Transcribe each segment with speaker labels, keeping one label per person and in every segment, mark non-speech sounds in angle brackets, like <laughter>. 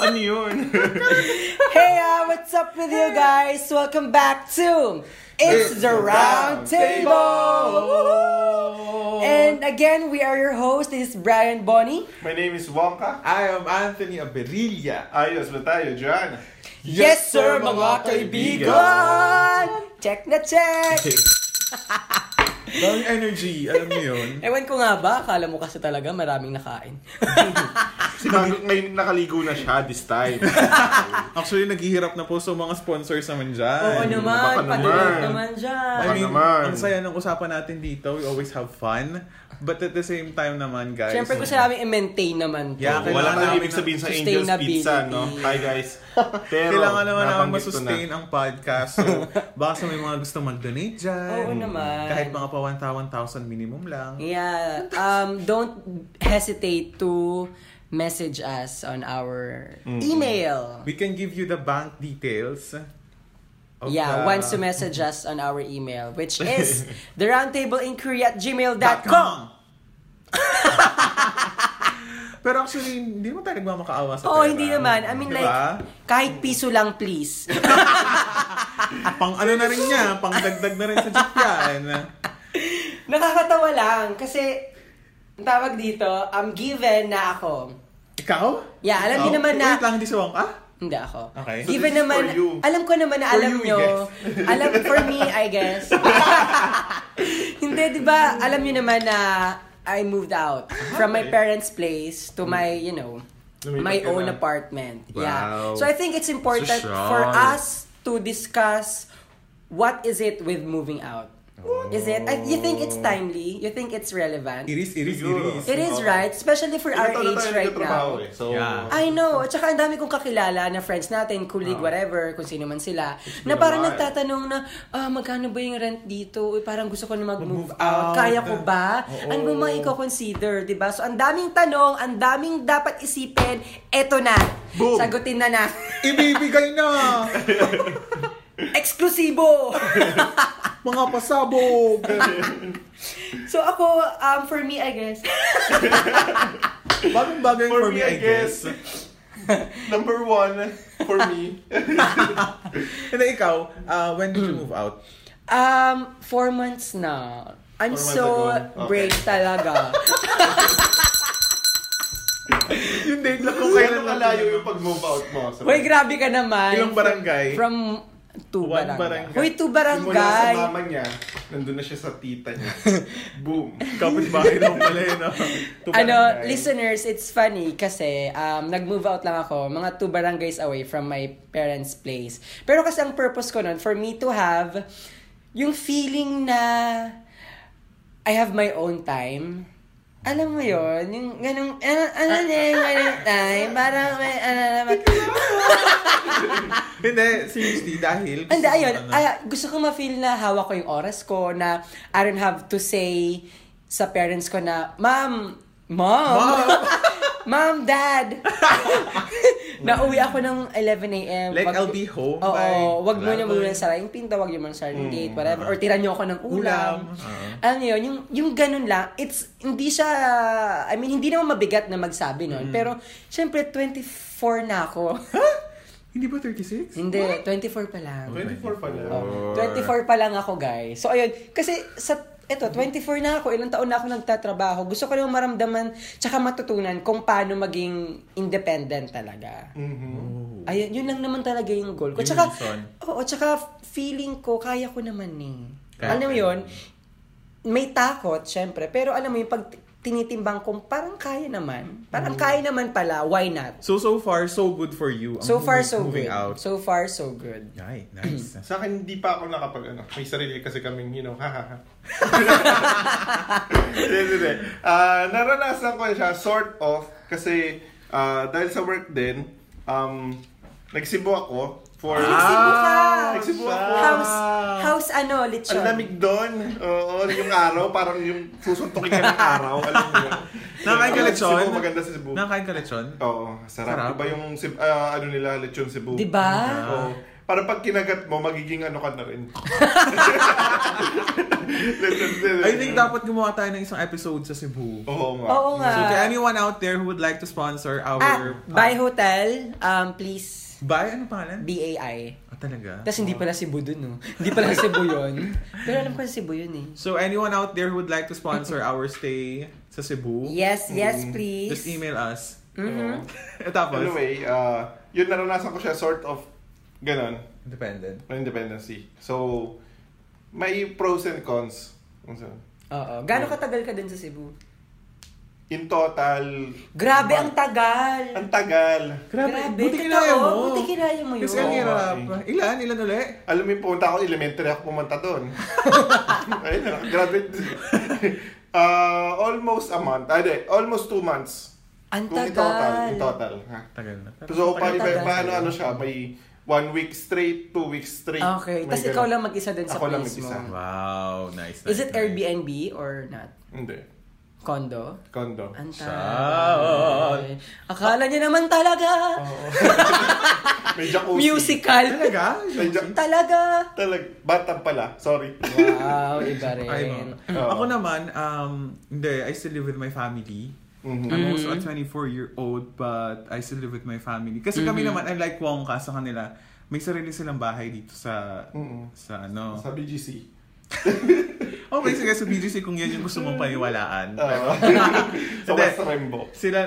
Speaker 1: ano yun?
Speaker 2: Hey, uh, what's up with you guys? Welcome back to It's, the Round Table. And again, we are your hosts. This is Brian Bonnie.
Speaker 1: My name is Wonka.
Speaker 3: I am Anthony Aberilla.
Speaker 1: Ayos ba tayo dyan?
Speaker 2: Yes, sir, mga kaibigan! Check na check!
Speaker 3: Daming energy, alam niyo yun.
Speaker 2: Ewan ko nga ba, akala mo kasi talaga maraming nakain.
Speaker 1: Si Manggit ngayon nakaligo na siya this time.
Speaker 3: Actually, naghihirap na po sa mga sponsors naman dyan.
Speaker 2: Oo
Speaker 1: baka
Speaker 2: naman,
Speaker 1: naman.
Speaker 2: padulot naman dyan.
Speaker 3: I
Speaker 1: Baka
Speaker 3: mean,
Speaker 1: naman.
Speaker 3: ang saya ng usapan natin dito. We always have fun. But at the same time naman, guys.
Speaker 2: Siyempre gusto namin i-maintain naman to.
Speaker 3: Yeah,
Speaker 1: Wala
Speaker 3: Kailangan
Speaker 1: na ibig
Speaker 3: namin
Speaker 1: sabihin sa
Speaker 2: ng
Speaker 1: Angel's Pizza, no?
Speaker 2: sustainability.
Speaker 1: Hi guys. Pero,
Speaker 3: Kailangan naman namin
Speaker 1: nabanggit ko
Speaker 3: masustain ang podcast. So, baka sa may mga gusto mag-donate dyan.
Speaker 2: Oo naman.
Speaker 3: Hmm. Kahit mga pa 1,000 minimum lang.
Speaker 2: Yeah. Um, don't hesitate to message us on our email.
Speaker 3: We can give you the bank details. of
Speaker 2: Yeah,
Speaker 3: the-
Speaker 2: once you message us on our email, which is the at gmail.com.
Speaker 3: Dot-com. <laughs> Pero actually, hindi mo tayo nagmamakaawa sa
Speaker 2: Oh,
Speaker 3: pera.
Speaker 2: hindi naman. I mean,
Speaker 3: Diba?
Speaker 2: like, kahit piso lang, please. <laughs>
Speaker 3: Pang ano na rin niya, pang dagdag na rin sa jeep yan. <laughs>
Speaker 2: Nakakatawa lang kasi, ang tawag dito, I'm given na ako.
Speaker 3: Ikaw?
Speaker 2: Yeah, alam niyo
Speaker 3: Ikaw?
Speaker 2: naman na-
Speaker 3: Wait lang, hindi si Wong Ah, ka?
Speaker 2: Hindi ako.
Speaker 3: Okay. So
Speaker 2: Given
Speaker 1: this is
Speaker 2: naman,
Speaker 1: for you.
Speaker 2: alam ko naman na
Speaker 3: For
Speaker 2: alam
Speaker 3: you,
Speaker 2: nyo.
Speaker 3: yes.
Speaker 2: alam, for me, I guess. Hindi, di ba, alam nyo naman na I moved out from my parents' place to my, you know,
Speaker 1: Lumipat
Speaker 2: my
Speaker 1: ka
Speaker 2: own
Speaker 1: na.
Speaker 2: apartment. Yeah.
Speaker 3: Wow.
Speaker 2: So I think it's important
Speaker 3: Social.
Speaker 2: for us to discuss what is it with moving out. Is it? I, you think it's timely? You think it's relevant? It
Speaker 3: Iris, iris,
Speaker 1: Siguro.
Speaker 3: iris.
Speaker 2: is, right, especially for our
Speaker 1: Ito na
Speaker 2: age
Speaker 1: tayo
Speaker 2: right
Speaker 1: nagtatrabaho
Speaker 2: now.
Speaker 1: eh. So,
Speaker 3: Yeah.
Speaker 2: I know. At saka ang dami kong kakilala na friends natin, colleague, whatever, kung sino man sila, na parang
Speaker 1: a while.
Speaker 2: nagtatanong na, ah, magkano ba yung rent dito? Uy, parang gusto ko na mag-move
Speaker 3: Mag-move
Speaker 2: out.
Speaker 3: out.
Speaker 2: Kaya ko ba?
Speaker 3: Oo.
Speaker 2: Ano ba mga i-consider? Diba? So, ang daming tanong, ang daming dapat isipin. Eto na.
Speaker 3: Boom.
Speaker 2: Sagutin na na. <laughs>
Speaker 3: Ibibigay na!
Speaker 2: Eksklusibo!
Speaker 3: Mga pasabog!
Speaker 2: so, ako, um, for me, I guess,
Speaker 3: Bagong bagay for, me, I guess.
Speaker 1: <laughs> number one, for
Speaker 2: <laughs>
Speaker 1: me,
Speaker 3: Hindi, ikaw, uh, when did you move out?
Speaker 2: um, four months na. I'm
Speaker 1: Four months
Speaker 2: so
Speaker 1: ago. Okay.
Speaker 2: brave talaga.
Speaker 3: Yung date lang kung
Speaker 1: kung
Speaker 3: kailan
Speaker 1: kailan malayo yung pag-move out mo. So,
Speaker 2: Uy, grabe ka naman.
Speaker 3: Ilang barangay?
Speaker 2: From two
Speaker 3: One
Speaker 2: barangay.
Speaker 3: barangay.
Speaker 2: Uy, two
Speaker 1: Simula sa
Speaker 2: barangay.
Speaker 1: mama niya, nandun na siya sa tita
Speaker 3: <laughs>
Speaker 1: niya. Boom.
Speaker 3: Kapit-bahay lang pala yun. ah.
Speaker 2: <laughs> Ano,
Speaker 3: Barangay.
Speaker 2: listeners, it's funny kasi um, nag-move out lang ako mga two barangays away from my parents' place. Pero kasi ang purpose ko nun, for me to have yung feeling na I have my own time. Alam mo yon yung ganong, ano, ano na yung ganong time, parang may, ano naman.
Speaker 3: Hindi, seriously, dahil...
Speaker 2: Hindi,
Speaker 3: gusto ko
Speaker 2: ayun.
Speaker 3: ano-
Speaker 2: Ay, gusto ko ma-feel na hawak ko yung oras ko na I don't have to say sa parents ko na, Ma'am, Mom, <laughs> Mom,
Speaker 3: <laughs>
Speaker 2: Dad, nauwi ako ng 11 a.m.
Speaker 3: Like,
Speaker 2: Wag-
Speaker 3: I'll be home
Speaker 2: Oo,
Speaker 3: by-
Speaker 2: wag mo na
Speaker 3: Wala
Speaker 2: muna
Speaker 3: doon.
Speaker 2: sarayin pinto, wag niyo muna sarayin gate, whatever. Or tira niyo ako ng ulam. Uh-huh.
Speaker 3: Ulam. Uh-huh. Oo.
Speaker 2: Alam niyo yun, yung, yung ganun lang, it's, hindi siya, I mean, hindi naman mabigat na magsabi
Speaker 3: Mm.
Speaker 2: nun. Pero, syempre, 24 na ako.
Speaker 3: Hindi ba 36?
Speaker 2: hindi, 24 pa lang.
Speaker 1: 24 pala.
Speaker 2: Oh, 24 pa lang ako, guys. So, ayun. Kasi, sa, eto, 24 na ako. Ilang taon na ako nagtatrabaho. Gusto ko lang maramdaman, tsaka matutunan kung paano maging independent talaga.
Speaker 1: Mm-hmm.
Speaker 2: Ayun, yun lang naman talaga yung goal ko.
Speaker 3: Yung
Speaker 2: Tsaka,
Speaker 3: reason.
Speaker 2: oo, tsaka feeling ko, kaya ko naman eh.
Speaker 3: Kaya
Speaker 2: alam mo
Speaker 3: ko
Speaker 2: yun, may takot, syempre. Pero alam mo yung pag tinitimbang kong parang kaya naman.
Speaker 3: Mm.
Speaker 2: Parang kaya naman pala, why not?
Speaker 3: So, so far, so good for you. Ang
Speaker 2: So far,
Speaker 3: moving-
Speaker 2: so
Speaker 3: moving
Speaker 2: good.
Speaker 3: out.
Speaker 2: So far, so good.
Speaker 3: Ay, nice.
Speaker 1: Sa akin, hindi pa ako nakapag ano. May sarili kasi kaming, you
Speaker 2: <laughs>
Speaker 1: know, hahaha. Hindi, hindi. Ah, naranasan ko siya, sort of, kasi ah, dahil sa work din, um, nagsibo ako for...
Speaker 3: Ah!
Speaker 2: Ah, Nagsibo ka!
Speaker 1: Nagsibo ako!
Speaker 2: House, house ano, lechon.
Speaker 1: Ang lamig doon. Oo, yung araw, parang yung susuntukin ka ng araw. Alam mo yun.
Speaker 3: Nakakain ka
Speaker 1: Ang
Speaker 3: lechon?
Speaker 1: Cebu, maganda sa Cebu.
Speaker 3: Nakakain ka lechon?
Speaker 1: Oo, sarap.
Speaker 3: Sarap.
Speaker 1: Iba yung Cebu- ah, ano nila, lechon Cebu.
Speaker 2: Diba?
Speaker 1: Oo. Para pag kinagat mo, magiging ano ka na rin.
Speaker 3: <laughs> I think dapat gumawa tayo ng isang episode sa Cebu.
Speaker 1: Oo nga.
Speaker 2: Oo nga.
Speaker 3: So to anyone out there who would like to sponsor our...
Speaker 2: Ah, by hotel, um, please,
Speaker 3: Bye? Ano pangalan?
Speaker 2: BAI.
Speaker 3: Ah, talaga?
Speaker 2: Tapos hindi pala Cebu dun, no? Hindi pala Cebu yun. Pero alam ko na Cebu yun, eh.
Speaker 3: So anyone out there who would like to sponsor our stay sa Cebu,
Speaker 2: Yes, yes,
Speaker 1: Mm.
Speaker 2: please.
Speaker 3: just email us. <laughs>
Speaker 2: Mhm.
Speaker 3: Eh, Tapos,
Speaker 1: Anyway, uh, yun naranasan ko siya sort of ganun,
Speaker 3: independent.
Speaker 1: ng independency. So, may pros and cons.
Speaker 2: Oo. Gano'ng katagal ka dun sa Cebu?
Speaker 1: In total,
Speaker 2: Grabe,
Speaker 1: Ba-
Speaker 2: ang tagal!
Speaker 1: ang tagal.
Speaker 2: Grabe,
Speaker 3: buti
Speaker 2: totoo,
Speaker 3: kinaya mo.
Speaker 2: Buti kinaya mo yun.
Speaker 3: Kasi ang
Speaker 1: Oo,
Speaker 3: hirap.
Speaker 1: okay.
Speaker 3: Ilan? Ilan uli?
Speaker 1: Alam mo, yung pumunta ako elementary ako pumunta
Speaker 2: <laughs>
Speaker 1: doon. Ayun na, grabe. Uh, almost a month. Ah, di, almost two months.
Speaker 2: Ang
Speaker 1: Kung in total,
Speaker 2: tagal.
Speaker 1: in total. Ha?
Speaker 3: Tagal na.
Speaker 2: Tagal
Speaker 1: So, paano,
Speaker 2: talaga.
Speaker 1: paano ano siya? May one week straight, two weeks straight.
Speaker 2: Okay.
Speaker 1: May
Speaker 2: Tapos
Speaker 1: ganun.
Speaker 2: ikaw lang mag-isa dun sa
Speaker 1: Ako lang
Speaker 2: place mo.
Speaker 1: mag-isa.
Speaker 3: Wow, nice.
Speaker 2: Is it
Speaker 3: nice, nice.
Speaker 2: Airbnb or not?
Speaker 1: Hindi.
Speaker 2: Condo?
Speaker 1: Condo.
Speaker 2: Ang
Speaker 3: Siya.
Speaker 2: taray. Akala niya naman talaga.
Speaker 1: May jacuzzi.
Speaker 2: Musical.
Speaker 3: Talaga?
Speaker 2: <laughs>
Speaker 1: May jacuzzi.
Speaker 2: Talaga.
Speaker 1: Talag, batang pala. Sorry.
Speaker 2: Wow, iba
Speaker 3: <laughs>
Speaker 2: rin.
Speaker 3: Ay, ma'am.
Speaker 1: Oo.
Speaker 3: Ako naman, um, hindi, I still live with my family.
Speaker 2: Mm.
Speaker 1: Mhm.
Speaker 3: I'm also a 24-year-old, but I still live with my family. Kasi kami naman, unlike Wongka sa kanila, may sarili silang bahay dito sa,
Speaker 1: Mm.
Speaker 3: sa ano.
Speaker 1: Sa BGC.
Speaker 3: Okay, sige, sa BGC kung yan yung gusto mong
Speaker 1: <laughs>
Speaker 3: paniwalaan. Pero,
Speaker 1: Oo. Ah. sa
Speaker 3: Hindi.
Speaker 1: West Rembo.
Speaker 3: sila,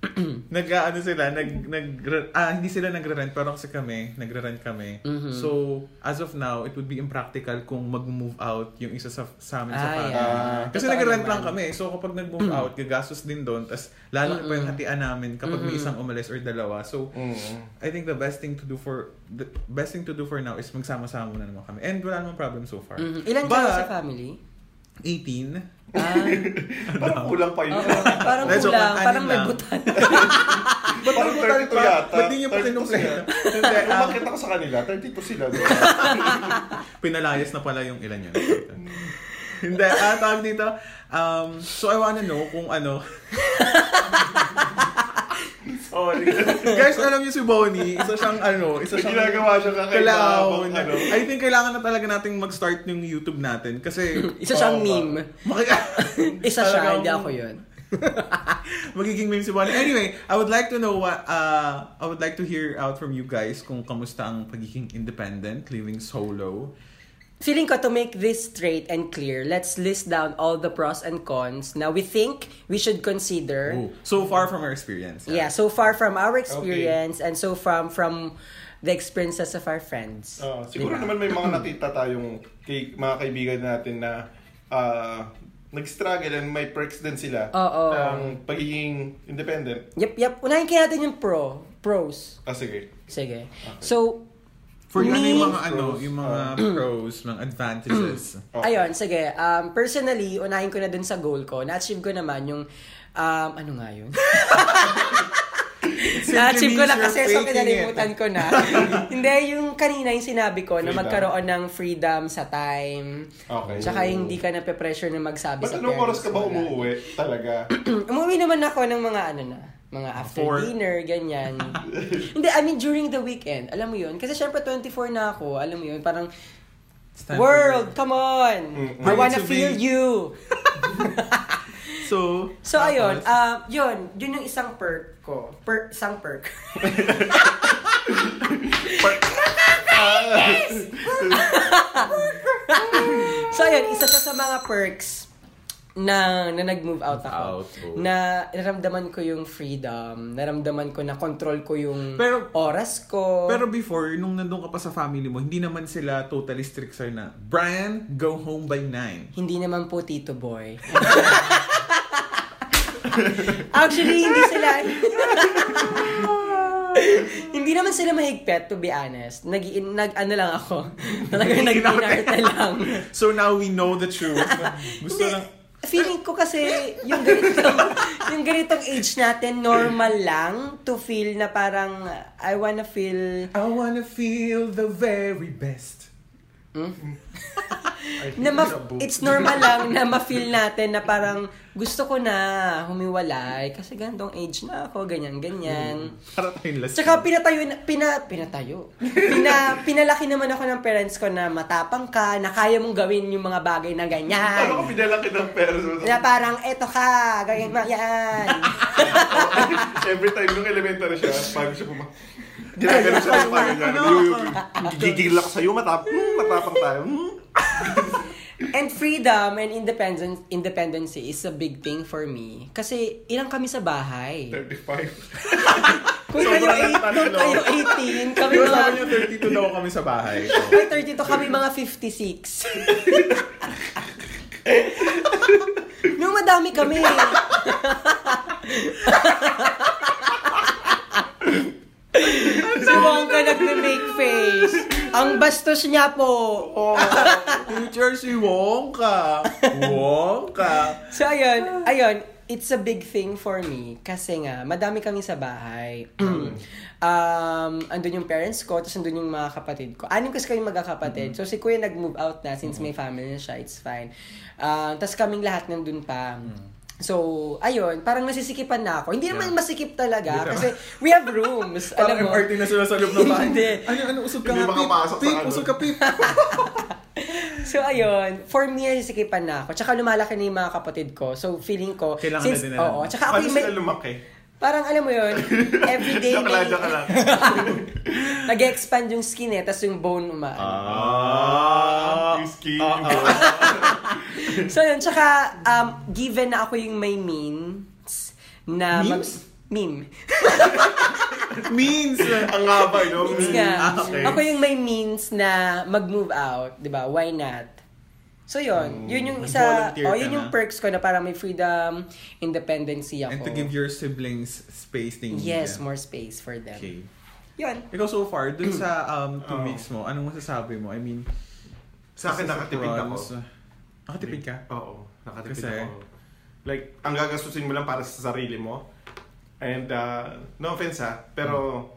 Speaker 3: <clears throat> nag, ano sila, nag, nag, ah, hindi sila nagre-rent, pero kasi kami, nagre-rent kami.
Speaker 2: Mhm.
Speaker 3: So, as of now, it would be impractical kung mag-move out yung isa sa, sa amin sa
Speaker 2: Ah,
Speaker 3: family.
Speaker 2: yeah.
Speaker 3: Kasi
Speaker 2: Totoo
Speaker 3: nag-rent
Speaker 2: naman.
Speaker 3: lang kami. So, kapag nag-move out, gagastos din doon. Tapos, lalo na pa yung hatian namin kapag may isang umalis or dalawa. So,
Speaker 1: Mm.
Speaker 3: I think the best thing to do for the best thing to do for now is magsama-sama na naman kami. And wala namang problem so far.
Speaker 2: Mhm. Ilan
Speaker 3: But,
Speaker 2: kayo sa
Speaker 3: <laughs>
Speaker 2: family?
Speaker 3: 18.
Speaker 2: Ah,
Speaker 1: Parang kulang pa yun.
Speaker 2: oo. parang
Speaker 3: Let's hope
Speaker 2: kulang,
Speaker 3: ang anim
Speaker 2: parang may
Speaker 3: lang.
Speaker 2: butan.
Speaker 3: <laughs> Ba't
Speaker 1: Parang
Speaker 3: nabutan
Speaker 1: 32
Speaker 3: pa?
Speaker 1: yata.
Speaker 3: Ba't di niyo pa
Speaker 2: <laughs>
Speaker 1: 32
Speaker 3: kinumpleto?
Speaker 1: sila.
Speaker 3: Hindi,
Speaker 1: Kung
Speaker 3: um,
Speaker 1: makita ko sa kanila, 32 sila.
Speaker 3: Pinalayas na pala yung ilan yun. <laughs> Hindi, ah, tawag dito. Um, so, I wanna know kung ano.
Speaker 1: <laughs> Sorry.
Speaker 3: Guys, alam niyo si Bonnie, isa siyang ano, isa
Speaker 1: May
Speaker 3: siyang
Speaker 1: ginagawa siya kakaiba.
Speaker 3: clown.
Speaker 1: habang Ano.
Speaker 3: I think kailangan na talaga nating mag-start yung YouTube natin
Speaker 2: <laughs>
Speaker 3: kasi
Speaker 2: Isa siyang
Speaker 1: Oo,
Speaker 2: meme.
Speaker 3: maki-
Speaker 2: <laughs> Isa siya,
Speaker 3: talagang
Speaker 2: hindi ako yun.
Speaker 3: <laughs> Magiging meme si Bonnie. Anyway, I would like to know what uh, I would like to hear out from you guys kung kamusta ang pagiging independent, living solo.
Speaker 2: Feeling ko to make this straight and clear, let's list down all the pros and cons na we think we should consider.
Speaker 3: Ooh, So far from our experience.
Speaker 2: Yeah, so far from our experience and so from from the experiences of our friends.
Speaker 1: Ah,
Speaker 3: Oh,
Speaker 1: siguro
Speaker 2: Diba?
Speaker 1: naman
Speaker 2: <clears throat>
Speaker 1: may mga nakita tayong kay, mga kaibigan natin na ah, nag-struggle and may perks din sila
Speaker 2: Oo.
Speaker 1: ng pagiging independent.
Speaker 2: Yep, yep. Unahin kaya natin yung pro, pros.
Speaker 1: Ah, sige.
Speaker 2: Sige. So,
Speaker 3: For you, ano yung
Speaker 2: Me-
Speaker 3: mga ano, yung mga pros, mga
Speaker 2: <clears throat>
Speaker 3: advantages.
Speaker 1: Okay.
Speaker 2: Ayun, sige. Um, personally, unahin ko na dun sa goal ko. Na-achieve ko naman yung... Um, ano nga yun? Na-achieve ko na
Speaker 3: means
Speaker 2: kasi so
Speaker 3: you're faking
Speaker 2: kinalimutan ko na. Hindi, yung kanina yung sinabi ko na
Speaker 1: Freedom.
Speaker 2: magkaroon ng freedom sa time.
Speaker 1: Okay.
Speaker 2: Tsaka hindi ka na pressure na magsabi
Speaker 1: Ba't
Speaker 2: sa
Speaker 1: anong oras
Speaker 2: parents
Speaker 1: ka ba
Speaker 2: mo na-
Speaker 1: umuwi? Talaga.
Speaker 2: Umuwi naman ako ng mga ano na, mga after
Speaker 3: Four.
Speaker 2: dinner,
Speaker 3: <laughs>
Speaker 2: ganyan. Hindi, I mean during the weekend. Alam mo yun? Kasi syempre 24 na ako. Alam mo yun? Parang,
Speaker 3: It's time for
Speaker 2: world, come on!
Speaker 1: Mm-mm.
Speaker 2: I wanna
Speaker 3: Bring it to
Speaker 2: feel
Speaker 3: me.
Speaker 2: you!
Speaker 3: work. So,
Speaker 2: So,
Speaker 3: tapos,
Speaker 2: ayun. Uh, yun, yun yung isang perk ko. Per, isang perk. <laughs> so, ayun. Isa siya sa mga perks na, na nag-move out ako.
Speaker 3: Out, oh.
Speaker 2: Na naramdaman ko yung freedom. Naramdaman ko na control ko yung
Speaker 3: Pero-
Speaker 2: oras ko.
Speaker 3: pero before, nung nandun ka pa sa family mo, hindi naman sila totally strict sa'yo na, Brian, go home by 9.
Speaker 2: Hindi naman po Tito Boy. <laughs> Actually, hindi sila... <laughs> hindi naman sila mahigpit, to be honest. Nag, nag ano lang
Speaker 3: <laughs>
Speaker 2: ako. Talaga nag-inarte lang.
Speaker 3: So now we know the
Speaker 2: <laughs>
Speaker 3: truth. Gusto lang,
Speaker 2: Feeling ko kasi yung ganitong, <laughs> yung ganitong age natin, normal lang to feel na parang I wanna feel
Speaker 3: I wanna feel the very best.
Speaker 2: <clears throat>
Speaker 1: I
Speaker 2: na
Speaker 1: think
Speaker 2: ma-
Speaker 1: shabu.
Speaker 2: it's normal lang na ma-feel natin na parang gusto ko na humiwalay kasi gantong age na ako, ganyan, ganyan.
Speaker 3: Para tayong last.
Speaker 2: Tsaka pinatayo, na- pina, pinatayo. Pina, pinalaki naman ako ng parents ko na matapang ka, na kaya mong gawin yung mga bagay na
Speaker 1: Ano ko
Speaker 2: ganyan.
Speaker 1: pinalaki ng pera mo?
Speaker 2: Na parang, eto ka, gawin mo yan.
Speaker 1: <laughs> Every time nung elementary siya, bago siya puma... Ginagano siya yung pangin niya.
Speaker 3: Ano?
Speaker 1: Gigigil ako sa'yo, matap hmm, matapang tayo. Hmm.
Speaker 2: And freedom and independence independency is a big thing for me. Kasi ilang kami sa bahay.
Speaker 1: 35.
Speaker 2: Kung
Speaker 1: Sobrang
Speaker 2: kayo, eight,
Speaker 1: tanong.
Speaker 2: kung kayo 18, kami
Speaker 3: Yung
Speaker 2: mga...
Speaker 3: sabi niyo, 32 daw kami sa
Speaker 2: <laughs>
Speaker 3: bahay.
Speaker 2: Ay, 32 kami mga 56. Nung madami kami. si Wongka nagme-make face. Ang bastos niya po.
Speaker 3: Oh, future si Wongka. Wongka.
Speaker 2: So, ayun, ayun, it's a big thing for me kasi nga, madami kami sa bahay. <clears throat> um, andun yung parents ko, tapos andun yung mga kapatid ko. Anim kasi kami magkakapatid.
Speaker 3: Mm-hmm.
Speaker 2: So, si kuya nag-move out na since may family na siya, it's fine. Uh, tapos kaming lahat nandun pa.
Speaker 3: Mm-hmm.
Speaker 2: So, ayun, parang nasisikipan na ako. Hindi naman masikip talaga
Speaker 3: Hindi
Speaker 2: kasi we have
Speaker 3: <laughs>
Speaker 2: rooms.
Speaker 3: Parang
Speaker 2: alam mo.
Speaker 3: MRT na sila sa loob ng bahay.
Speaker 2: Hindi.
Speaker 3: Ano, ano, usog ka
Speaker 1: Hindi
Speaker 3: nga,
Speaker 1: makapasok
Speaker 3: pip. Pip,
Speaker 1: sa ano.
Speaker 3: usog ka, pip.
Speaker 2: So, ayun. For me, nasisikipan na ako. Tsaka lumalaki na yung mga kapatid ko. So, feeling ko...
Speaker 3: Kailangan na din nila.
Speaker 2: Oo. Tsaka ako
Speaker 1: Paano
Speaker 2: yung may-
Speaker 1: sila lumaki?
Speaker 2: Parang alam mo
Speaker 3: <laughs>
Speaker 2: yun, everyday
Speaker 1: Joke
Speaker 2: may...
Speaker 1: lang, joke lang.
Speaker 2: <laughs> Nag-expand yung skin eh, tapos yung bone uma.
Speaker 1: Ah, yung skin, yung bone.
Speaker 2: So yun, tsaka um, given na ako yung may means na... mag-
Speaker 3: Memes?
Speaker 2: meme. <laughs>
Speaker 3: Means.
Speaker 1: <laughs> Ang haba, no?
Speaker 2: Means
Speaker 1: Hmm.
Speaker 2: nga.
Speaker 3: Ah, okay.
Speaker 2: Ako yung may means na mag-move out, di ba? Why not? So
Speaker 3: Mm.
Speaker 2: yun, yun yung isa,
Speaker 3: Nag-volunteer
Speaker 2: oh,
Speaker 3: ka
Speaker 2: yun yung
Speaker 3: na.
Speaker 2: perks ko na parang may freedom, independency ako.
Speaker 3: And to give your siblings space thing.
Speaker 2: Yes, more space for them.
Speaker 3: Okay.
Speaker 2: Yun.
Speaker 3: Ikaw so far, dun sa um, two
Speaker 1: Oh.
Speaker 3: weeks mo, anong masasabi mo? I mean,
Speaker 1: Sa akin, nakatipid ako.
Speaker 3: prawns, ah, Nakatipid ka?
Speaker 1: Oo, nakatipid
Speaker 3: Kasi-
Speaker 1: ako. Like, ang gagastusin mo lang para sa sarili mo. And, uh, no offense ha, pero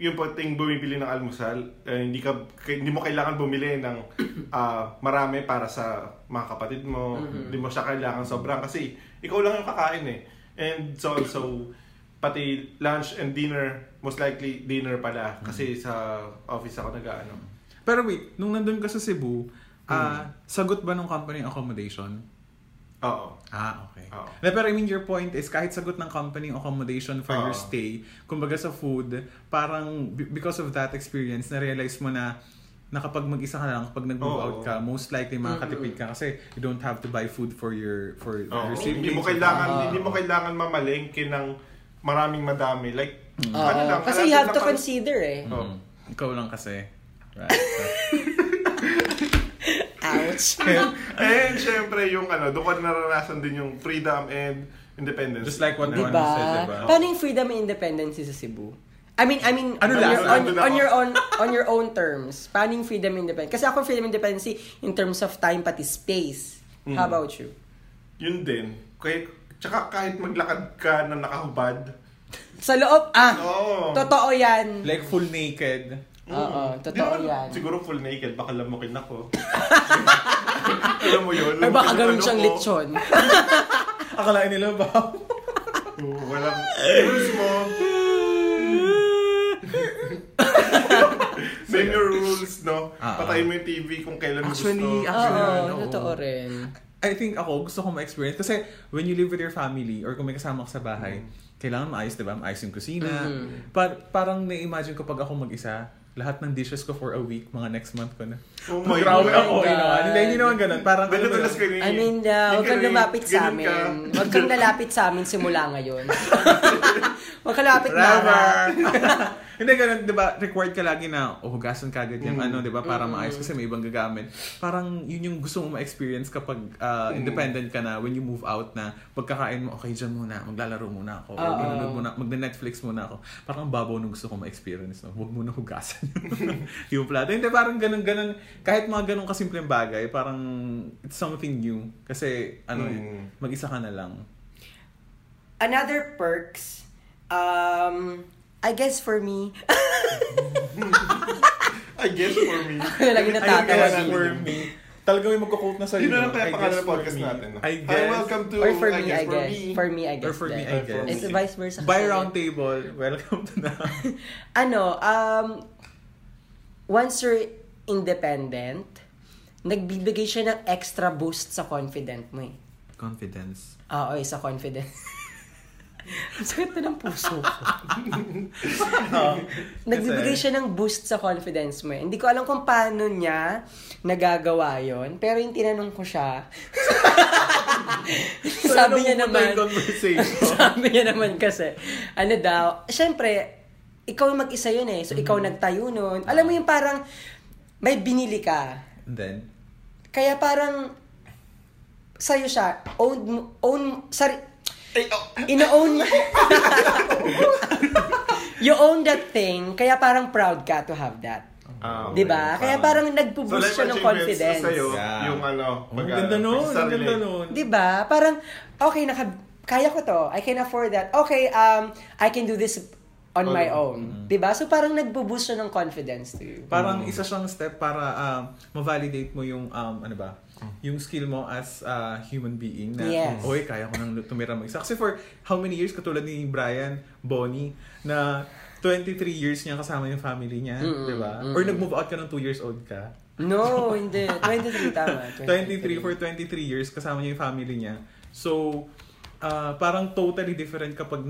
Speaker 1: yung pating bumibili ng almusal, eh, hindi ka k- hindi mo kailangan bumili ng <coughs> ah, marami para sa mga kapatid mo.
Speaker 3: Mm-hmm.
Speaker 1: Hindi mo siya kailangan sobrang kasi ikaw lang yung kakain eh. And so also pati lunch and dinner, most likely dinner pala
Speaker 3: Mm-hmm.
Speaker 1: kasi sa office ako nag-aano.
Speaker 3: Pero wait, nung nandun ka sa Cebu, ah, sagot ba ng company yung accommodation?
Speaker 1: Oo.
Speaker 3: Ah, okay.
Speaker 1: Oo.
Speaker 3: Na, pero I mean, your point is, kahit sagot ng company yung accommodation for your
Speaker 1: Oo.
Speaker 3: stay, kumbaga sa food, parang b- because of that experience, na-realize mo na na kapag mag-isa ka na lang, kapag nag-move
Speaker 1: Oo.
Speaker 3: out ka, most likely makakatipid ka kasi you don't have to buy food for your for
Speaker 1: Oo,
Speaker 3: your siblings. Ah,
Speaker 1: hindi mo kailangan Ah. hindi mo kailangan mamalengke ng maraming madami like
Speaker 3: Ano
Speaker 1: ano
Speaker 2: Oo, Ah. Oh, kasi you have to consider eh.
Speaker 1: Oo.
Speaker 3: Ikaw lang kasi. Right. <laughs> Mm.
Speaker 2: Ouch.
Speaker 1: and syempre yung ano doon ko naranasan din yung freedom and independence
Speaker 3: Just like what
Speaker 1: Na-
Speaker 2: Diba?
Speaker 3: Ano sa'yo, diba?
Speaker 2: Paano yung freedom and independence sa Cebu? I mean, I mean,
Speaker 3: Ano
Speaker 2: on,
Speaker 3: lang?
Speaker 2: your, on,
Speaker 1: Ano lang
Speaker 2: on
Speaker 1: ako?
Speaker 2: your own on your own terms. Paano yung freedom and independence? Kasi ako freedom and independence in terms of time pati space.
Speaker 1: Mm.
Speaker 2: How about you?
Speaker 1: yun din kahit tsaka kahit maglakad ka na nakahubad oh.
Speaker 2: Sa loob, ah,
Speaker 1: oo
Speaker 2: totoo yan.
Speaker 3: Like full naked.
Speaker 1: Mm.
Speaker 2: Oo,
Speaker 1: Di
Speaker 2: totoo
Speaker 1: naman,
Speaker 2: yan.
Speaker 1: siguro full naked baka lamukin ako <laughs> alam mo yun
Speaker 2: Ay, baka gawin
Speaker 1: lamukin ano
Speaker 2: siyang
Speaker 1: ko. <laughs>
Speaker 2: lechon.
Speaker 3: Akalain nila ba?
Speaker 1: Oo, walang rules <laughs> mo Name your rules, no?
Speaker 3: Ah,
Speaker 1: Patay mo yung TV kung kailan mo
Speaker 3: Actually,
Speaker 1: gusto.
Speaker 3: actually,
Speaker 2: Oo,
Speaker 3: oo.
Speaker 2: totoo rin.
Speaker 3: I think ako, gusto ko ma-experience. Kasi when you live with your family or kung may kasama ka sa bahay,
Speaker 1: Mm.
Speaker 3: kailangan maayos, di ba? Maayos yung kusina.
Speaker 2: Mhm.
Speaker 1: Mm-hmm.
Speaker 3: Par- parang na-imagine ko pag ako mag-isa, lahat ng dishes ko for a week, mga next month ko na.
Speaker 1: Oh my
Speaker 3: Grabe
Speaker 1: God.
Speaker 3: ako, okay naman. Hindi, hindi naman ganun. Parang, alam mo
Speaker 1: Dalas-dalas
Speaker 3: yun,
Speaker 1: ka rin.
Speaker 2: I mean, uh, huwag kang
Speaker 1: Ganun
Speaker 2: lumapit
Speaker 1: ka.
Speaker 2: sa amin. Huwag kang lalapit sa amin simula
Speaker 1: <laughs>
Speaker 2: ngayon. Huwag kang lalapit na.
Speaker 3: Rara. <laughs> Hindi ganun, 'di ba? Required ka lagi na oh, hugasan ka agad
Speaker 2: Mm.
Speaker 3: yung ano, 'di ba? Para maayos kasi may ibang gagamit. Parang yun yung gusto mo ma-experience kapag ah,
Speaker 2: Mm.
Speaker 3: independent ka na when you move out na pagkakain mo, okay, dyan muna, maglalaro muna
Speaker 2: Oo.
Speaker 3: ako. Uh, Manonood muna, magne-Netflix muna ako. Parang ang babaw nung gusto ko ma-experience. No? Huwag mo na hugasan
Speaker 2: <laughs>
Speaker 3: yung plato. Hindi, parang ganun, ganun. Kahit mga ganun kasimpleng bagay, parang it's something new. Kasi, ano,
Speaker 1: Mm.
Speaker 3: mag-isa ka na lang.
Speaker 2: Another perks, um, I guess for me,
Speaker 1: I guess for
Speaker 2: <laughs>
Speaker 1: me.
Speaker 2: Kaya lagi natatawa
Speaker 1: Ayun, kaya
Speaker 2: dito.
Speaker 3: for me. Talagang may magkukot na sa'yo.
Speaker 1: Yun na lang
Speaker 3: I
Speaker 1: kaya pangalan
Speaker 3: guess
Speaker 1: ng
Speaker 3: for
Speaker 1: podcast
Speaker 3: me.
Speaker 1: natin. no?
Speaker 3: I
Speaker 1: Hi,
Speaker 3: guess.
Speaker 1: welcome to
Speaker 2: Or for me, I guess. For me, I guess.
Speaker 3: Or for me,
Speaker 2: then.
Speaker 3: I
Speaker 1: Or for
Speaker 3: guess.
Speaker 1: me.
Speaker 2: It's vice versa.
Speaker 3: By
Speaker 2: kasi.
Speaker 3: round table, welcome to na.
Speaker 2: <laughs> Ano, um, once you're independent, nagbibigay siya ng extra boost sa confident mo eh.
Speaker 3: <laughs> Confidence.
Speaker 2: Ah, okay, sa <laughs> confidence. Sakit na ng puso ko.
Speaker 3: Ah.
Speaker 2: Nagbibigay siya ng boost sa confidence mo eh. Hindi ko alam kung paano niya nagagawa yon Pero yung tinanong ko siya, <laughs> sabi niya naman, <laughs>
Speaker 3: conversation.
Speaker 2: sabi niya naman kasi, ano daw, syempre, ikaw yung mag-isa yun eh. So, ikaw nagtayo nun. Alam mo yung parang, may binili ka.
Speaker 3: And then,
Speaker 2: Kaya parang, sa'yo siya, own, mo- own, sari,
Speaker 1: Ay, oh.
Speaker 2: ino-own you own that thing, kaya parang proud ka to have that.
Speaker 1: Ah, okay.
Speaker 2: 'Di ba? Diba? Kaya parang
Speaker 1: So,
Speaker 2: nagbo-boost
Speaker 1: like,
Speaker 2: siya ng
Speaker 1: achievements na
Speaker 2: confidence.
Speaker 1: Sa'yo,
Speaker 3: Yeah.
Speaker 1: Yung ano,
Speaker 3: oh, ang ganda nun, ang ganda nun.
Speaker 2: 'Di ba? Diba? Parang okay naka kaya ko to. I can afford that. Okay, um I can do this on
Speaker 1: On-
Speaker 2: my
Speaker 1: Mm.
Speaker 2: own. 'Di ba? So parang nagbo-boost siya ng confidence to you.
Speaker 3: Parang isa siyang step para um, ma-validate mo yung, um, ano ba,
Speaker 1: Mm.
Speaker 3: yung skill mo as a human being na,
Speaker 2: Yes.
Speaker 3: oy, kaya ko nang tumira mag-isa. Kasi for how many years, katulad ni Brian, Bonnie, na 23 years niya kasama yung family niya,
Speaker 2: Mm-mm,
Speaker 3: di ba?
Speaker 2: mm-mm.
Speaker 3: Or nag-move out ka ng 2 years old ka.
Speaker 2: No, hindi. 23 tama.
Speaker 3: 23 for 23 years kasama niya yung family niya. So, ah, parang totally different kapag